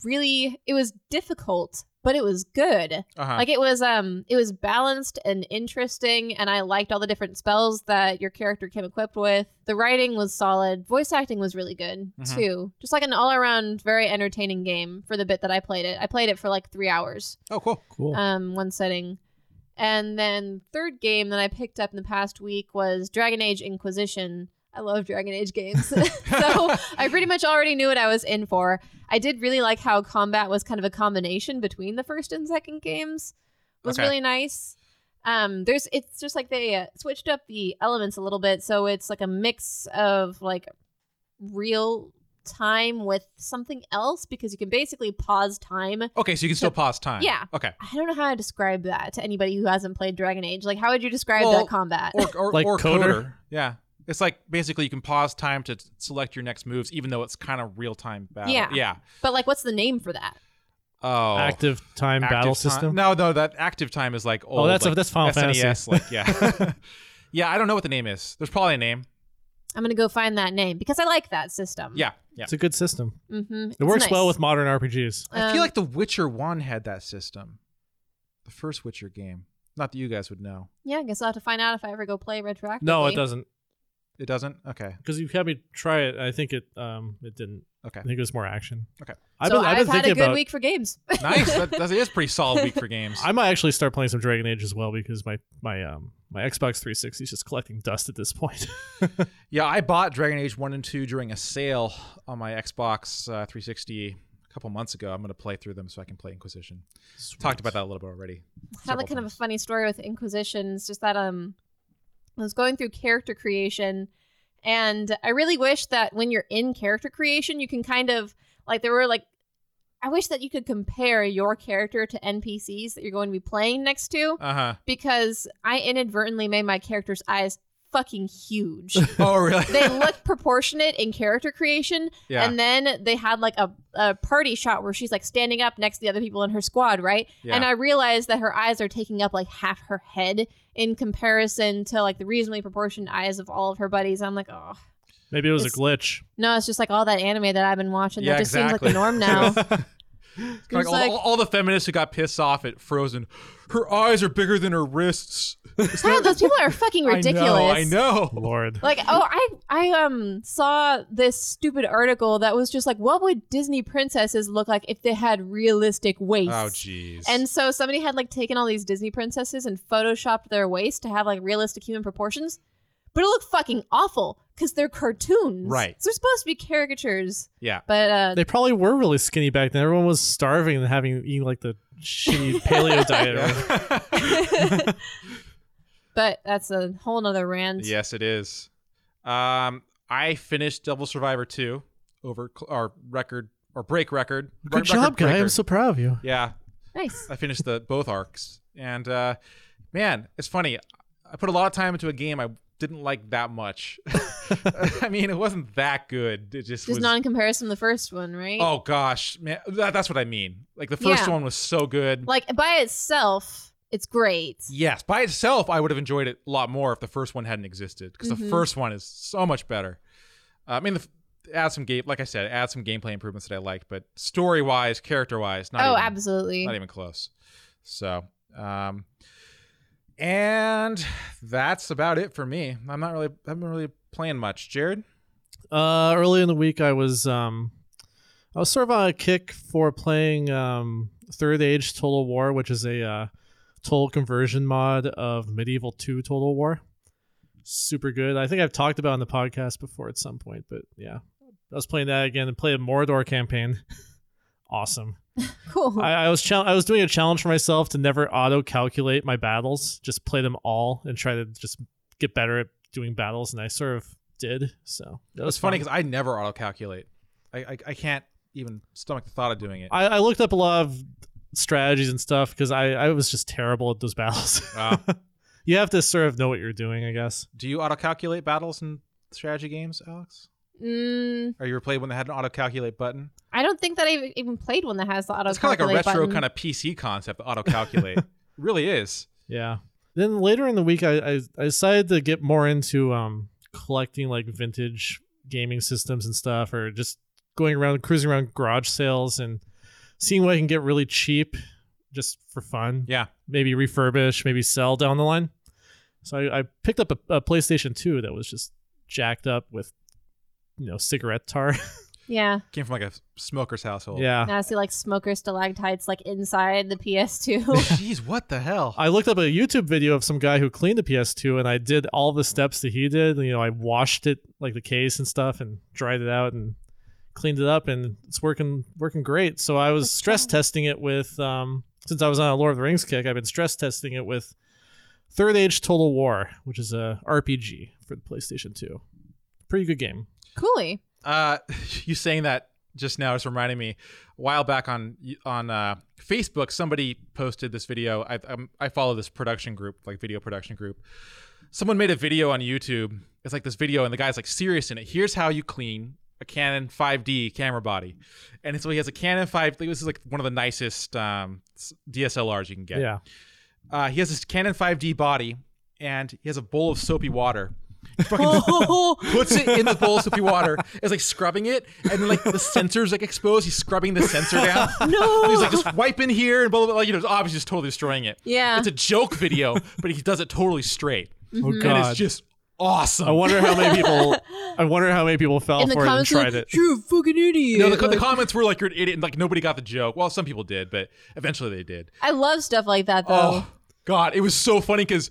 [SPEAKER 8] really it was difficult, but it was good.
[SPEAKER 7] Uh-huh.
[SPEAKER 8] Like it was um it was balanced and interesting and I liked all the different spells that your character came equipped with. The writing was solid. Voice acting was really good
[SPEAKER 7] Mhm.
[SPEAKER 8] too. Just like an all-around very entertaining game for the bit that I played it. I played it for like 3 hours.
[SPEAKER 7] oh, cool.
[SPEAKER 9] Cool.
[SPEAKER 8] Um one setting. And then third game that I picked up in the past week was Dragon Age Inquisition. I love Dragon Age games. [laughs] so I pretty much already knew what I was in for. I did really like how combat was kind of a combination between the first and second games. It was
[SPEAKER 7] Okay.
[SPEAKER 8] really nice. Um, there's it's just like they uh, switched up the elements a little bit, so it's like a mix of like real time with something else because you can basically pause time.
[SPEAKER 7] Okay, so you can still pause time.
[SPEAKER 8] Yeah.
[SPEAKER 7] Okay.
[SPEAKER 8] I don't know how to describe that to anybody who hasn't played Dragon Age. Like, how would you describe
[SPEAKER 7] Well,
[SPEAKER 8] that combat?
[SPEAKER 7] Or or,
[SPEAKER 9] Like
[SPEAKER 7] or
[SPEAKER 9] coder?
[SPEAKER 7] Yeah. It's like basically you can pause time to select your next moves, even though it's kind of real time battle.
[SPEAKER 8] Yeah.
[SPEAKER 7] Yeah.
[SPEAKER 8] [laughs] but like, what's the name for that?
[SPEAKER 7] Oh.
[SPEAKER 9] Active time
[SPEAKER 7] active
[SPEAKER 9] battle
[SPEAKER 7] ti-
[SPEAKER 9] system.
[SPEAKER 7] No,
[SPEAKER 9] Oh,
[SPEAKER 7] no, that active time is like old.
[SPEAKER 9] that's-
[SPEAKER 7] like
[SPEAKER 9] that's Final
[SPEAKER 7] SNES,
[SPEAKER 9] Fantasy.
[SPEAKER 7] Like,
[SPEAKER 9] [laughs]
[SPEAKER 7] yeah. [laughs] yeah, I don't know what the name is. There's probably a name.
[SPEAKER 8] I'm gonna go find that name because I like that system.
[SPEAKER 7] Yeah, yeah.
[SPEAKER 9] It's a good system.
[SPEAKER 8] Mm-hmm.
[SPEAKER 9] It works well with modern RPGs.
[SPEAKER 7] I feel
[SPEAKER 8] Um,
[SPEAKER 7] like The Witcher One had that system. The first Witcher game. Not that you guys would know.
[SPEAKER 8] Yeah, I guess I'll have to find out if I ever go play retroactively.
[SPEAKER 9] No, it doesn't.
[SPEAKER 7] It doesn't. Okay.
[SPEAKER 9] Because you had me try it. I think it um it didn't.
[SPEAKER 7] Okay.
[SPEAKER 9] I think it was more action.
[SPEAKER 7] Okay.
[SPEAKER 9] I've
[SPEAKER 8] so
[SPEAKER 9] been, I've
[SPEAKER 8] I've
[SPEAKER 9] been
[SPEAKER 8] had a
[SPEAKER 9] thinking
[SPEAKER 8] good
[SPEAKER 9] about.
[SPEAKER 8] week for games. [laughs]
[SPEAKER 7] Nice. [laughs] that, that is pretty solid week for games.
[SPEAKER 9] I might actually start playing some Dragon Age as well because my my um my Xbox 360 is just collecting dust at this [laughs] point.
[SPEAKER 7] Yeah, I bought Dragon Age 1 and 2 during a sale on my Xbox uh, 360 a couple months ago. I'm going to play through them so I can play Inquisition. Talked about that a little bit already.
[SPEAKER 8] had
[SPEAKER 7] several
[SPEAKER 8] like kind of a
[SPEAKER 7] times.
[SPEAKER 8] funny story with Inquisition. It's just that um, I was going through character creation, and I really wish that when you're in character creation, you can kind of like there were like, I wish that you could compare your character to NPCs that you're going to be playing next to
[SPEAKER 7] Uh-huh.
[SPEAKER 8] because I inadvertently made my character's eyes
[SPEAKER 7] [laughs]
[SPEAKER 8] fucking huge.
[SPEAKER 7] [laughs] Oh, really?
[SPEAKER 8] they looked proportionate in character creation,
[SPEAKER 7] yeah.
[SPEAKER 8] and then they had like a, a party shot where she's like standing up next to the other people in her squad, right?
[SPEAKER 7] Yeah.
[SPEAKER 8] And I realized that her eyes are taking up like half her head in comparison to like the reasonably proportioned eyes of all of her buddies. I'm like, oh.
[SPEAKER 9] Maybe it was
[SPEAKER 8] It's-
[SPEAKER 9] a glitch.
[SPEAKER 8] No, it's just like all that anime that I've been watching
[SPEAKER 7] Yeah,
[SPEAKER 8] that just seems like
[SPEAKER 7] exactly.
[SPEAKER 8] the
[SPEAKER 7] [laughs]
[SPEAKER 8] norm now.
[SPEAKER 7] Kinda like all,
[SPEAKER 8] like-
[SPEAKER 7] all- all the feminists who got pissed off at Frozen. Her eyes are bigger than her wrists.
[SPEAKER 8] God, those people are fucking ridiculous.
[SPEAKER 7] I know. I know.
[SPEAKER 9] Lord.
[SPEAKER 7] [laughs]
[SPEAKER 8] Like, oh, I I um saw this stupid article that was just like, what would Disney princesses look like if they had realistic waists?
[SPEAKER 7] Oh, jeez.
[SPEAKER 8] And so somebody had like taken all these Disney princesses and photoshopped their waist to have like realistic human proportions, but it looked fucking awful because they're cartoons.
[SPEAKER 7] Right.
[SPEAKER 8] So they're supposed to be caricatures,
[SPEAKER 7] yeah.
[SPEAKER 8] but uh,
[SPEAKER 9] They probably were really skinny back then. Everyone was starving and having eating like the shitty [laughs] paleo diet. Or whatever.
[SPEAKER 7] [laughs]
[SPEAKER 8] [laughs] but that's a whole nother rant.
[SPEAKER 7] Yes, it is. Um, I finished Devil Survivor 2 over cl- our record or break record. Re-
[SPEAKER 9] Good job,
[SPEAKER 7] record
[SPEAKER 9] guy.
[SPEAKER 7] breaker.
[SPEAKER 9] I'm so proud of you.
[SPEAKER 7] yeah,
[SPEAKER 8] Nice.
[SPEAKER 7] I finished the both arcs, and uh, man, it's funny. I put a lot of time into a game I didn't like that much. [laughs] I mean, it wasn't that good. It just
[SPEAKER 8] Just
[SPEAKER 7] was.
[SPEAKER 8] not in comparison to the first one, right?
[SPEAKER 7] oh gosh, man, that, that's what I mean. Like the first
[SPEAKER 8] Yeah.
[SPEAKER 7] one was so good.
[SPEAKER 8] Like by itself, it's great.
[SPEAKER 7] yes, by itself, I would have enjoyed it a lot more if the first one hadn't existed because the
[SPEAKER 8] Mhm.
[SPEAKER 7] first one is so much better. Uh, I mean, the, f- add some game, like I said, add some gameplay improvements that I liked, but story wise, character wise, not
[SPEAKER 8] oh,
[SPEAKER 7] even,
[SPEAKER 8] absolutely.
[SPEAKER 7] Not even close. So, um, and that's about it for me. I'm not really, I haven't really playing much. Jared,
[SPEAKER 9] Uh, early in the week, I was um, I was sort of on a kick for playing um, Third Age Total War, which is a uh, total conversion mod of Medieval Two Total War. Super good. I think I've talked about it on the podcast before at some point, but yeah, I was playing that again and played a Mordor campaign. [laughs] awesome.
[SPEAKER 8] cool.
[SPEAKER 9] I, I was chal- I was doing a challenge for myself to never auto calculate my battles, just play them all and try to just get better at doing battles, and I sort of did. So that was
[SPEAKER 7] it's funny
[SPEAKER 9] fun.
[SPEAKER 7] because I never auto calculate. I, I I can't even stomach the thought of doing it.
[SPEAKER 9] I, I looked up a lot of strategies and stuff because I, I was just terrible at those [laughs] battles.
[SPEAKER 7] Ah.
[SPEAKER 9] you have to sort of know what you're doing, I guess.
[SPEAKER 7] Do you auto calculate battles in strategy games, Alex?
[SPEAKER 8] Mm,
[SPEAKER 7] Or you were played when they had an auto calculate button?
[SPEAKER 8] I don't think that I've even played one that has the auto.
[SPEAKER 7] It's kind of like a retro kind of PC concept, the auto calculate. really is.
[SPEAKER 9] Yeah. Then later in the week, I, I, I decided to get more into um, collecting like vintage gaming systems and stuff, or just going around, cruising around garage sales and seeing what I can get really cheap just for fun.
[SPEAKER 7] Yeah.
[SPEAKER 9] Maybe refurbish, maybe sell down the line. So I, I picked up a, a PlayStation 2 that was just jacked up with, you know, cigarette tar. [laughs]
[SPEAKER 8] Yeah.
[SPEAKER 7] Came from like a smoker's household.
[SPEAKER 9] yeah.
[SPEAKER 8] Now I see like smoker stalactites like inside
[SPEAKER 7] [laughs]
[SPEAKER 8] the PS2.
[SPEAKER 7] Jeez, what the hell?
[SPEAKER 9] I looked up a YouTube video of some guy who cleaned the PS2, and I did all the steps that he did. You know, I washed it like the case and stuff, and dried it out, and cleaned it up, and it's working working great. So I was stress testing it with um, since I was on a Lord of the Rings kick, I've been stress testing it with Third Age Total War, which is a RPG for the PlayStation 2. Pretty good game.
[SPEAKER 8] Coolly.
[SPEAKER 7] Uh, [laughs] you saying that just now just reminded me. A while back on on uh, Facebook, somebody posted this video. I um, I follow this production group, like video production group. Someone made a video on YouTube. It's like this video, and the guy's like serious in it. Here's how you clean a Canon 5D camera body, and so he has a Canon 5. This is like one of the nicest um, DSLRs you can get.
[SPEAKER 9] Yeah.
[SPEAKER 7] Uh, he has this Canon 5D body, and he has a bowl of soapy water. He fucking puts it in the bowl of soapy water. Is like scrubbing it, and then like the sensor's like exposed. He's scrubbing the sensor down. no, he's like just wiping here and blah blah. blah. Like you know, it's obviously just totally destroying it.
[SPEAKER 8] Yeah.
[SPEAKER 7] it's a joke video, but he does it totally straight.
[SPEAKER 9] Oh
[SPEAKER 7] Mm-hmm. And it's
[SPEAKER 9] God.
[SPEAKER 7] just awesome.
[SPEAKER 9] I wonder how many
[SPEAKER 8] [laughs]
[SPEAKER 9] people. I wonder how many people fell
[SPEAKER 8] In the
[SPEAKER 9] for it and
[SPEAKER 8] comments, like,
[SPEAKER 9] tried it.
[SPEAKER 8] you're a fucking idiot.
[SPEAKER 7] you know, the, the
[SPEAKER 8] Like,
[SPEAKER 7] comments were like you're an idiot. And, like nobody got the joke. Well, some people did, but eventually they did.
[SPEAKER 8] I love stuff like that though.
[SPEAKER 7] Oh God, it was so funny because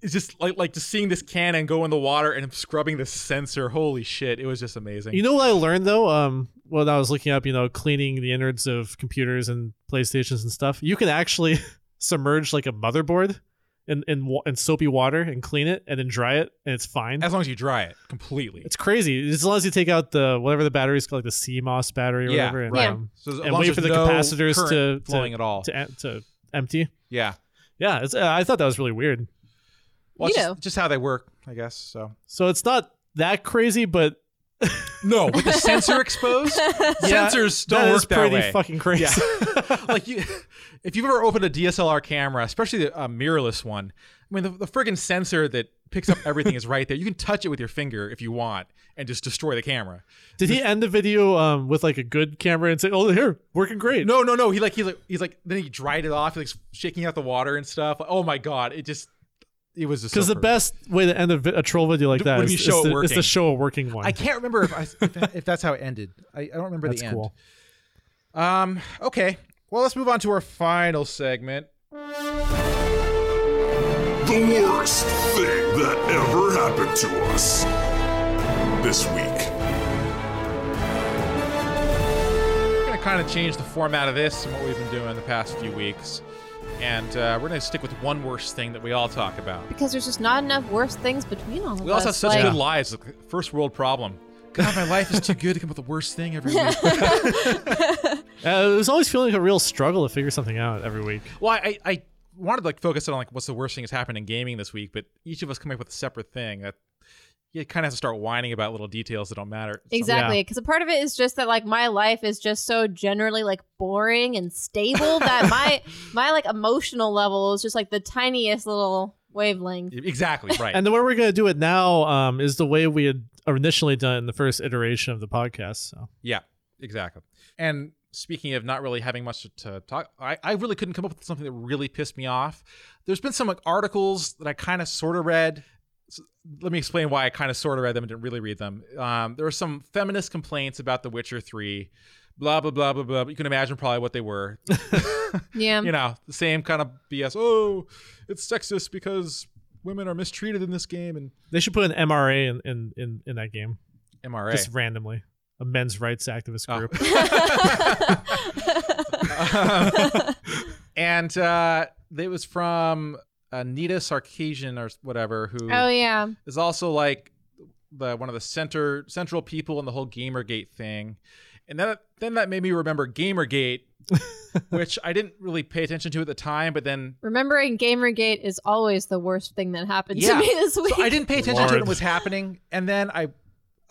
[SPEAKER 7] it's just like like just seeing this cannon go in the water and scrubbing the sensor. Holy shit, it was just amazing.
[SPEAKER 9] You know what I learned though? Um, when I was looking up, you know, cleaning the innards of computers and PlayStations and stuff, you can actually [laughs] submerge like a motherboard in in, wa- in soapy water and clean it, and then dry it, and it's fine.
[SPEAKER 7] as long as you dry it completely.
[SPEAKER 9] it's crazy. As long as you take out the whatever the battery is called, like the CMOS battery or
[SPEAKER 7] Yeah,
[SPEAKER 9] whatever, and,
[SPEAKER 7] right.
[SPEAKER 9] um,
[SPEAKER 7] So as
[SPEAKER 9] and
[SPEAKER 7] long as
[SPEAKER 9] wait for the
[SPEAKER 7] there's no
[SPEAKER 9] capacitors
[SPEAKER 7] current
[SPEAKER 9] to, to
[SPEAKER 7] flowing at all.
[SPEAKER 9] to, em- to empty.
[SPEAKER 7] yeah.
[SPEAKER 9] Yeah, it's, uh, I thought that was really weird.
[SPEAKER 7] Well, it's
[SPEAKER 8] You
[SPEAKER 7] just,
[SPEAKER 8] know.
[SPEAKER 7] just how they work, I guess. So
[SPEAKER 9] So it's not that crazy, but
[SPEAKER 7] no, with the sensor exposed, sensors
[SPEAKER 9] [laughs] yeah,
[SPEAKER 7] don't
[SPEAKER 9] that
[SPEAKER 7] work
[SPEAKER 9] is
[SPEAKER 7] that
[SPEAKER 9] pretty
[SPEAKER 7] way.
[SPEAKER 9] fucking crazy. [laughs]
[SPEAKER 7] Yeah. [laughs] like you, if you've ever opened a DSLR camera, especially a mirrorless one, I mean the, the friggin' sensor that picks up everything is right there. You can touch it with your finger if you want and just destroy the camera.
[SPEAKER 9] Did he end the video um, with like a good camera and say, "Oh, here, working great"?
[SPEAKER 7] No, no, no. He like he's like he's like then he dried it off. He like shaking out the water and stuff. oh my god, it just it was just
[SPEAKER 9] because
[SPEAKER 7] so
[SPEAKER 9] the
[SPEAKER 7] perfect.
[SPEAKER 9] best way to end a, vi- a troll video like
[SPEAKER 7] D-
[SPEAKER 9] that
[SPEAKER 7] would
[SPEAKER 9] is,
[SPEAKER 7] be
[SPEAKER 9] is
[SPEAKER 7] show it
[SPEAKER 9] to, is
[SPEAKER 7] working.
[SPEAKER 9] to show a working one.
[SPEAKER 7] I can't remember if I, if, that- if that's how it ended. I, I don't remember
[SPEAKER 9] That's
[SPEAKER 7] the end.
[SPEAKER 9] cool.
[SPEAKER 7] Um. Okay. Well, let's move on to our final segment.
[SPEAKER 2] The worst thing that ever happened to us this week.
[SPEAKER 7] We're gonna kind of change the format of this and what we've been doing the past few weeks, and uh, we're gonna stick with one worst thing that we all talk about.
[SPEAKER 8] Because there's just not enough worse things between all of us.
[SPEAKER 7] We also have such
[SPEAKER 8] like,
[SPEAKER 7] good lives. like, First world problem. God, my life is too good to come up with the worst thing every week.
[SPEAKER 9] Uh, it was always feeling like a real struggle to figure something out every week.
[SPEAKER 7] Well, I, I I wanted to like focus on like what's the worst thing that's happened in gaming this week, but each of us come up with a separate thing that you kind of have to start whining about little details that don't matter.
[SPEAKER 8] Exactly, because a part of it is just that like my life is just so generally like boring and stable that
[SPEAKER 7] [laughs]
[SPEAKER 8] my my like emotional level is just like the tiniest little wavelength.
[SPEAKER 7] Some- exactly right.
[SPEAKER 9] And the way we're gonna do it now um, is the way we had initially done it in the first iteration of the podcast. So
[SPEAKER 7] yeah, exactly. And speaking of not really having much to, to talk, I, I really couldn't come up with something that really pissed me off. There's been some like articles that I kind of sort of read. S- Let me explain why I kind of sort of read them and didn't really read them. Um, there were some feminist complaints about The Witcher Three, blah blah blah blah blah. You can imagine probably what they were.
[SPEAKER 8] Yeah,
[SPEAKER 7] you know, [laughs] the same kind of BS. Oh, it's sexist because women are mistreated in this game and
[SPEAKER 9] they should put an MRA in in in, in that game
[SPEAKER 7] MRA.
[SPEAKER 9] just randomly, a men's rights activist
[SPEAKER 7] Oh. [laughs]
[SPEAKER 9] group.
[SPEAKER 7] [laughs] and uh, it was from Anita Sarkeesian or whatever, who is
[SPEAKER 8] [laughs] Oh yeah.
[SPEAKER 7] also like the one of the center central people in the whole GamerGate thing. And then then that made me remember
[SPEAKER 8] [laughs]
[SPEAKER 7] GamerGate, which I didn't really pay attention to at the time, but then
[SPEAKER 8] Remembering Gamergate is always the worst thing that happened
[SPEAKER 7] Yeah.
[SPEAKER 8] to me [laughs] this week.
[SPEAKER 7] So I didn't pay attention to
[SPEAKER 9] Lord.
[SPEAKER 7] what was happening, and then I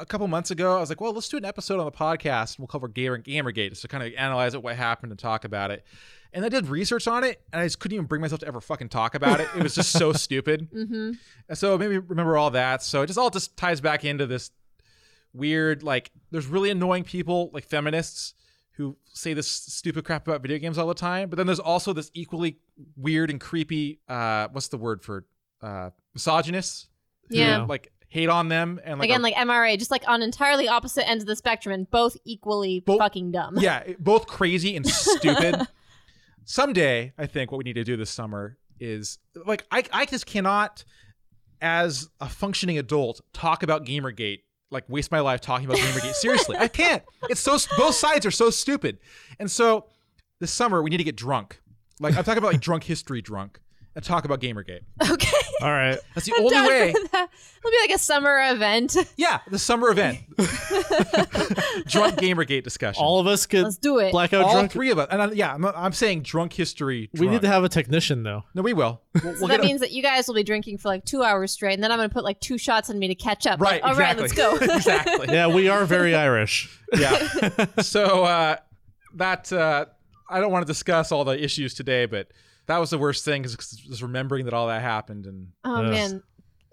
[SPEAKER 7] a couple months ago, I was like, well, let's do an episode on the podcast. We'll cover Gamer Gamergate, just to kind of analyze it, what happened, and talk about it. And I did research on it, and I just couldn't even bring myself to ever fucking talk about it. It was just so stupid.
[SPEAKER 8] Mm-hmm.
[SPEAKER 7] And so maybe remember all that. So it just all just ties back into this weird, like, there's really annoying people, like feminists, who say this stupid crap about video games all the time. But then there's also this equally weird and creepy, uh, what's the word for uh, misogynists? who,
[SPEAKER 8] [laughs] Yeah.
[SPEAKER 7] Like, hate on them and like
[SPEAKER 8] Again,
[SPEAKER 7] are-
[SPEAKER 8] like MRA, just like on entirely opposite ends of the spectrum and both equally
[SPEAKER 7] Bo-
[SPEAKER 8] fucking dumb.
[SPEAKER 7] [laughs] yeah, it- both crazy and
[SPEAKER 8] [laughs]
[SPEAKER 7] stupid. Someday, I think what we need to do this summer is like I I just cannot as a functioning adult talk about Gamergate, like waste my life talking about Gamergate. Seriously, I can't. It's so both sides are so stupid. And so this summer we need to get drunk. Like I'm talking about
[SPEAKER 8] [laughs]
[SPEAKER 7] like drunk history drunk and talk about Gamergate.
[SPEAKER 8] Okay.
[SPEAKER 9] All right.
[SPEAKER 7] That's the
[SPEAKER 8] [laughs]
[SPEAKER 7] only way.
[SPEAKER 8] It'll be like a summer event. [laughs]
[SPEAKER 7] Yeah, the summer event. [laughs] drunk Gamergate discussion.
[SPEAKER 9] All of us could
[SPEAKER 8] Let's do it.
[SPEAKER 9] blackout
[SPEAKER 7] All
[SPEAKER 9] drunk.
[SPEAKER 7] three of us. And I, yeah, I'm, I'm saying drunk history.
[SPEAKER 9] we need
[SPEAKER 7] drunk.
[SPEAKER 9] to have a technician though.
[SPEAKER 7] No, we will. We'll,
[SPEAKER 8] So
[SPEAKER 7] we'll
[SPEAKER 8] that
[SPEAKER 7] get a-
[SPEAKER 8] means that you guys will be drinking for like two hours straight, and then I'm gonna put like two shots on me to catch up.
[SPEAKER 7] right.
[SPEAKER 8] Like, all right,
[SPEAKER 7] exactly.
[SPEAKER 8] let's
[SPEAKER 7] [laughs]
[SPEAKER 8] go. [laughs]
[SPEAKER 7] exactly.
[SPEAKER 9] Yeah, we are very Irish.
[SPEAKER 7] Yeah.
[SPEAKER 8] [laughs]
[SPEAKER 7] so uh, that uh, I don't want to discuss all the issues today, but that was the worst thing is just remembering that all that happened and
[SPEAKER 8] Oh
[SPEAKER 9] Yes.
[SPEAKER 8] man.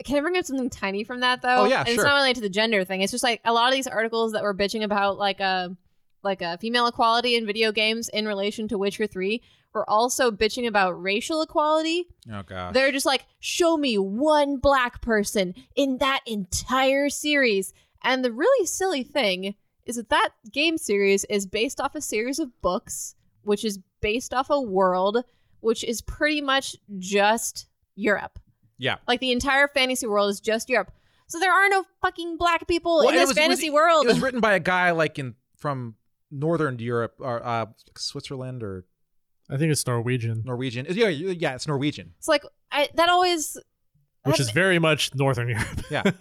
[SPEAKER 8] Can I bring up something tiny from that though?
[SPEAKER 7] Oh, yeah,
[SPEAKER 8] and
[SPEAKER 7] sure.
[SPEAKER 8] It's not related to the gender thing. It's just like a lot of these articles that were bitching about like a like a female equality in video games in relation to Witcher 3 were also bitching about racial equality.
[SPEAKER 7] oh god.
[SPEAKER 8] They're just like, show me one black person in that entire series. And the really silly thing is that that game series is based off a series of books, which is based off a world, which is pretty much just Europe.
[SPEAKER 7] Yeah.
[SPEAKER 8] Like the entire fantasy world is just Europe. So there are no fucking black people
[SPEAKER 7] Well,
[SPEAKER 8] in
[SPEAKER 7] and it
[SPEAKER 8] this
[SPEAKER 7] was- it was-
[SPEAKER 8] fantasy world.
[SPEAKER 7] It was written by a guy like in from northern Europe or uh, Switzerland or
[SPEAKER 9] I think it's Norwegian,
[SPEAKER 7] Norwegian. Yeah, yeah, it's Norwegian.
[SPEAKER 8] It's like I, that always
[SPEAKER 9] which is very much Northern Europe.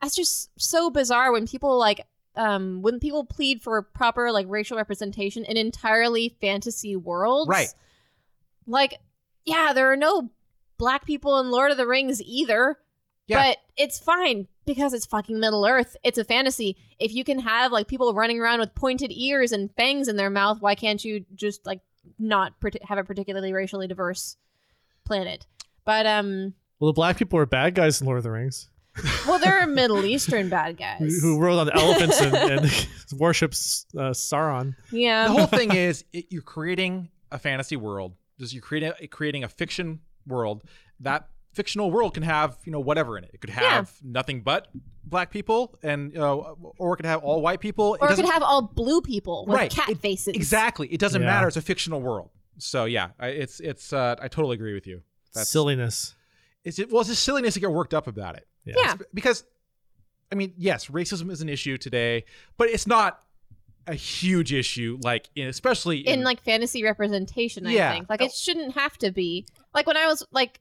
[SPEAKER 8] that's just so bizarre when people like um when people plead for proper like racial representation in entirely fantasy worlds
[SPEAKER 7] Right.
[SPEAKER 8] like yeah there are no black people in lord of the rings either
[SPEAKER 7] Yeah.
[SPEAKER 8] but it's fine because it's fucking middle earth it's a fantasy if you can have like people running around with pointed ears and fangs in their mouth why can't you just like not part- have a particularly racially diverse planet but um
[SPEAKER 9] Well, the black people are bad guys in Lord of the Rings,
[SPEAKER 8] well there are middle
[SPEAKER 7] [laughs]
[SPEAKER 8] eastern bad
[SPEAKER 9] who,
[SPEAKER 8] guys
[SPEAKER 9] who rode on elephants and, and [laughs] worships uh, Sauron.
[SPEAKER 8] yeah
[SPEAKER 7] the whole
[SPEAKER 8] [laughs]
[SPEAKER 7] thing is it, you're creating a fantasy world. Just you're creating creating a fiction world. That fictional world can have you know whatever in it. It could have nothing but black people, and you know, or it could have all white people.
[SPEAKER 8] or it
[SPEAKER 7] doesn't-
[SPEAKER 8] could have all blue people with
[SPEAKER 7] right,
[SPEAKER 8] cat
[SPEAKER 7] it-
[SPEAKER 8] faces.
[SPEAKER 7] Exactly. It doesn't
[SPEAKER 9] Yeah.
[SPEAKER 7] matter. It's a fictional world. So yeah, I, it's it's. Uh, I totally agree with you. That's
[SPEAKER 9] Silliness.
[SPEAKER 7] Is it well? It's just silliness to get worked up about it.
[SPEAKER 8] Yeah.
[SPEAKER 7] because I mean, yes, racism is an issue today, but it's not a huge issue like in, especially
[SPEAKER 8] In like fantasy representation, I
[SPEAKER 7] Yeah. Oh.
[SPEAKER 8] think. Like it shouldn't have to be. Like when I was like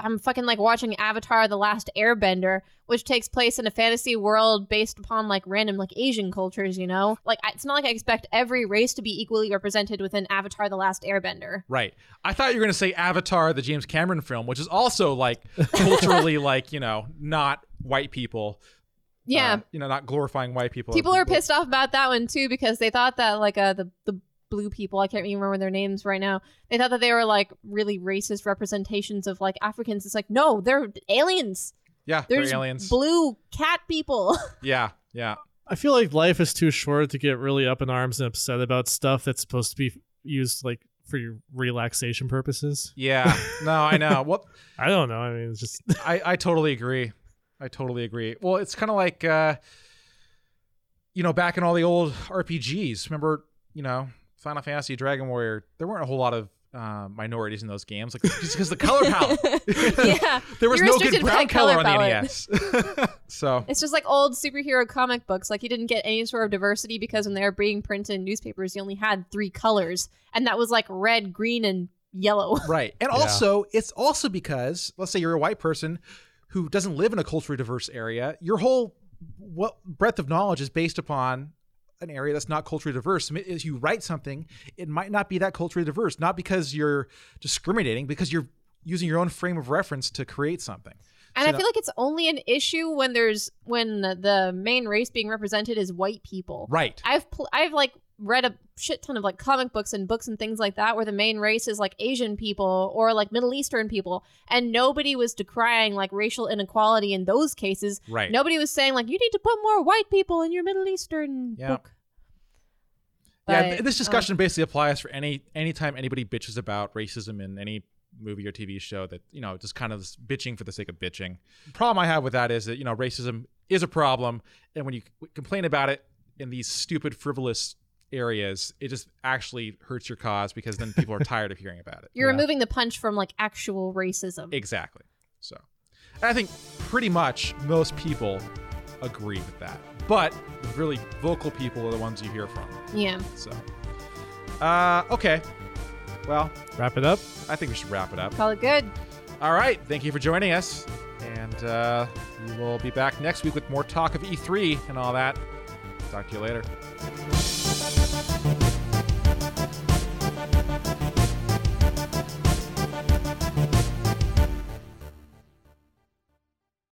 [SPEAKER 8] I'm fucking like watching Avatar the Last Airbender, which takes place in a fantasy world based upon like random like Asian cultures, you know? Like I- it's not like I expect every race to be equally represented within Avatar the Last Airbender.
[SPEAKER 7] Right. I thought you were going to say Avatar, the James Cameron film, which is also like
[SPEAKER 8] [laughs]
[SPEAKER 7] culturally, like, you know, not white people.
[SPEAKER 8] Yeah.
[SPEAKER 7] uh, you know, not glorifying white people.
[SPEAKER 8] people are pissed off about that one too because they thought that like uh the the blue people i can't even remember their names right now they thought that they were like really racist representations of like africans it's like no they're aliens
[SPEAKER 7] Yeah.
[SPEAKER 8] they're,
[SPEAKER 7] They're
[SPEAKER 8] just
[SPEAKER 7] aliens.
[SPEAKER 8] blue cat people [laughs]
[SPEAKER 7] yeah. Yeah.
[SPEAKER 9] I feel like life is too short to get really up in arms and upset about stuff that's supposed to be used like for your relaxation purposes.
[SPEAKER 7] Yeah. No, I
[SPEAKER 8] [laughs]
[SPEAKER 7] know. Well,
[SPEAKER 9] I don't know. I mean, it's just [laughs]
[SPEAKER 7] I, I totally agree. I totally agree. Well, it's kind of like, uh, you know, back in all the old RPGs, remember, you know, Final Fantasy, Dragon Warrior, there weren't a whole lot of uh, minorities in those games, like just because the color palette.
[SPEAKER 8] [laughs] yeah
[SPEAKER 7] There was
[SPEAKER 8] You're
[SPEAKER 7] no good
[SPEAKER 8] restricted by
[SPEAKER 7] brown color, on
[SPEAKER 8] color
[SPEAKER 7] the
[SPEAKER 8] palette.
[SPEAKER 7] NES. [laughs] so
[SPEAKER 8] it's just like old superhero comic books like you didn't get any sort of diversity because when they were being printed in newspapers you only had three colors and that was like red green and yellow [laughs]
[SPEAKER 7] right, and also it's also because let's say you're a white person who doesn't live in a culturally diverse area, your whole what breadth of knowledge is based upon an area that's not culturally diverse. I mean, As you write something, it might not be that culturally diverse, not because you're discriminating, because you're using your own frame of reference to create something.
[SPEAKER 8] And
[SPEAKER 7] So
[SPEAKER 8] I feel like it's only an issue when there's when the main race being represented is white people.
[SPEAKER 7] Right.
[SPEAKER 8] I've pl- I've like read a shit ton of like comic books and books and things like that where the main race is like Asian people or like Middle Eastern people and nobody was decrying like racial inequality in those cases.
[SPEAKER 7] Right.
[SPEAKER 8] Nobody was saying like you need to put more white people in your Middle Eastern
[SPEAKER 7] Yeah.
[SPEAKER 8] book.
[SPEAKER 7] yeah,
[SPEAKER 8] But,
[SPEAKER 7] th- this
[SPEAKER 8] um,
[SPEAKER 7] discussion basically applies for any anytime anybody bitches about racism in any movie or TV show that you know just kind of s- bitching for the sake of bitching. Problem I have with that is that you know racism is a problem, and when you c- complain about it in these stupid frivolous areas, it just actually hurts your cause because then people are tired of hearing about it.
[SPEAKER 8] [laughs] You're removing the punch from like actual racism.
[SPEAKER 7] Exactly. So, and I think pretty much most people agree with that, but the really vocal people are the ones you hear from.
[SPEAKER 8] Yeah.
[SPEAKER 7] So, uh, okay. Well,
[SPEAKER 9] Wrap it up.
[SPEAKER 7] I think we should wrap it up.
[SPEAKER 8] Call it good.
[SPEAKER 7] All right. Thank you for joining us. And uh, we will be back next E week with more talk of E3 and all that. Talk to you later.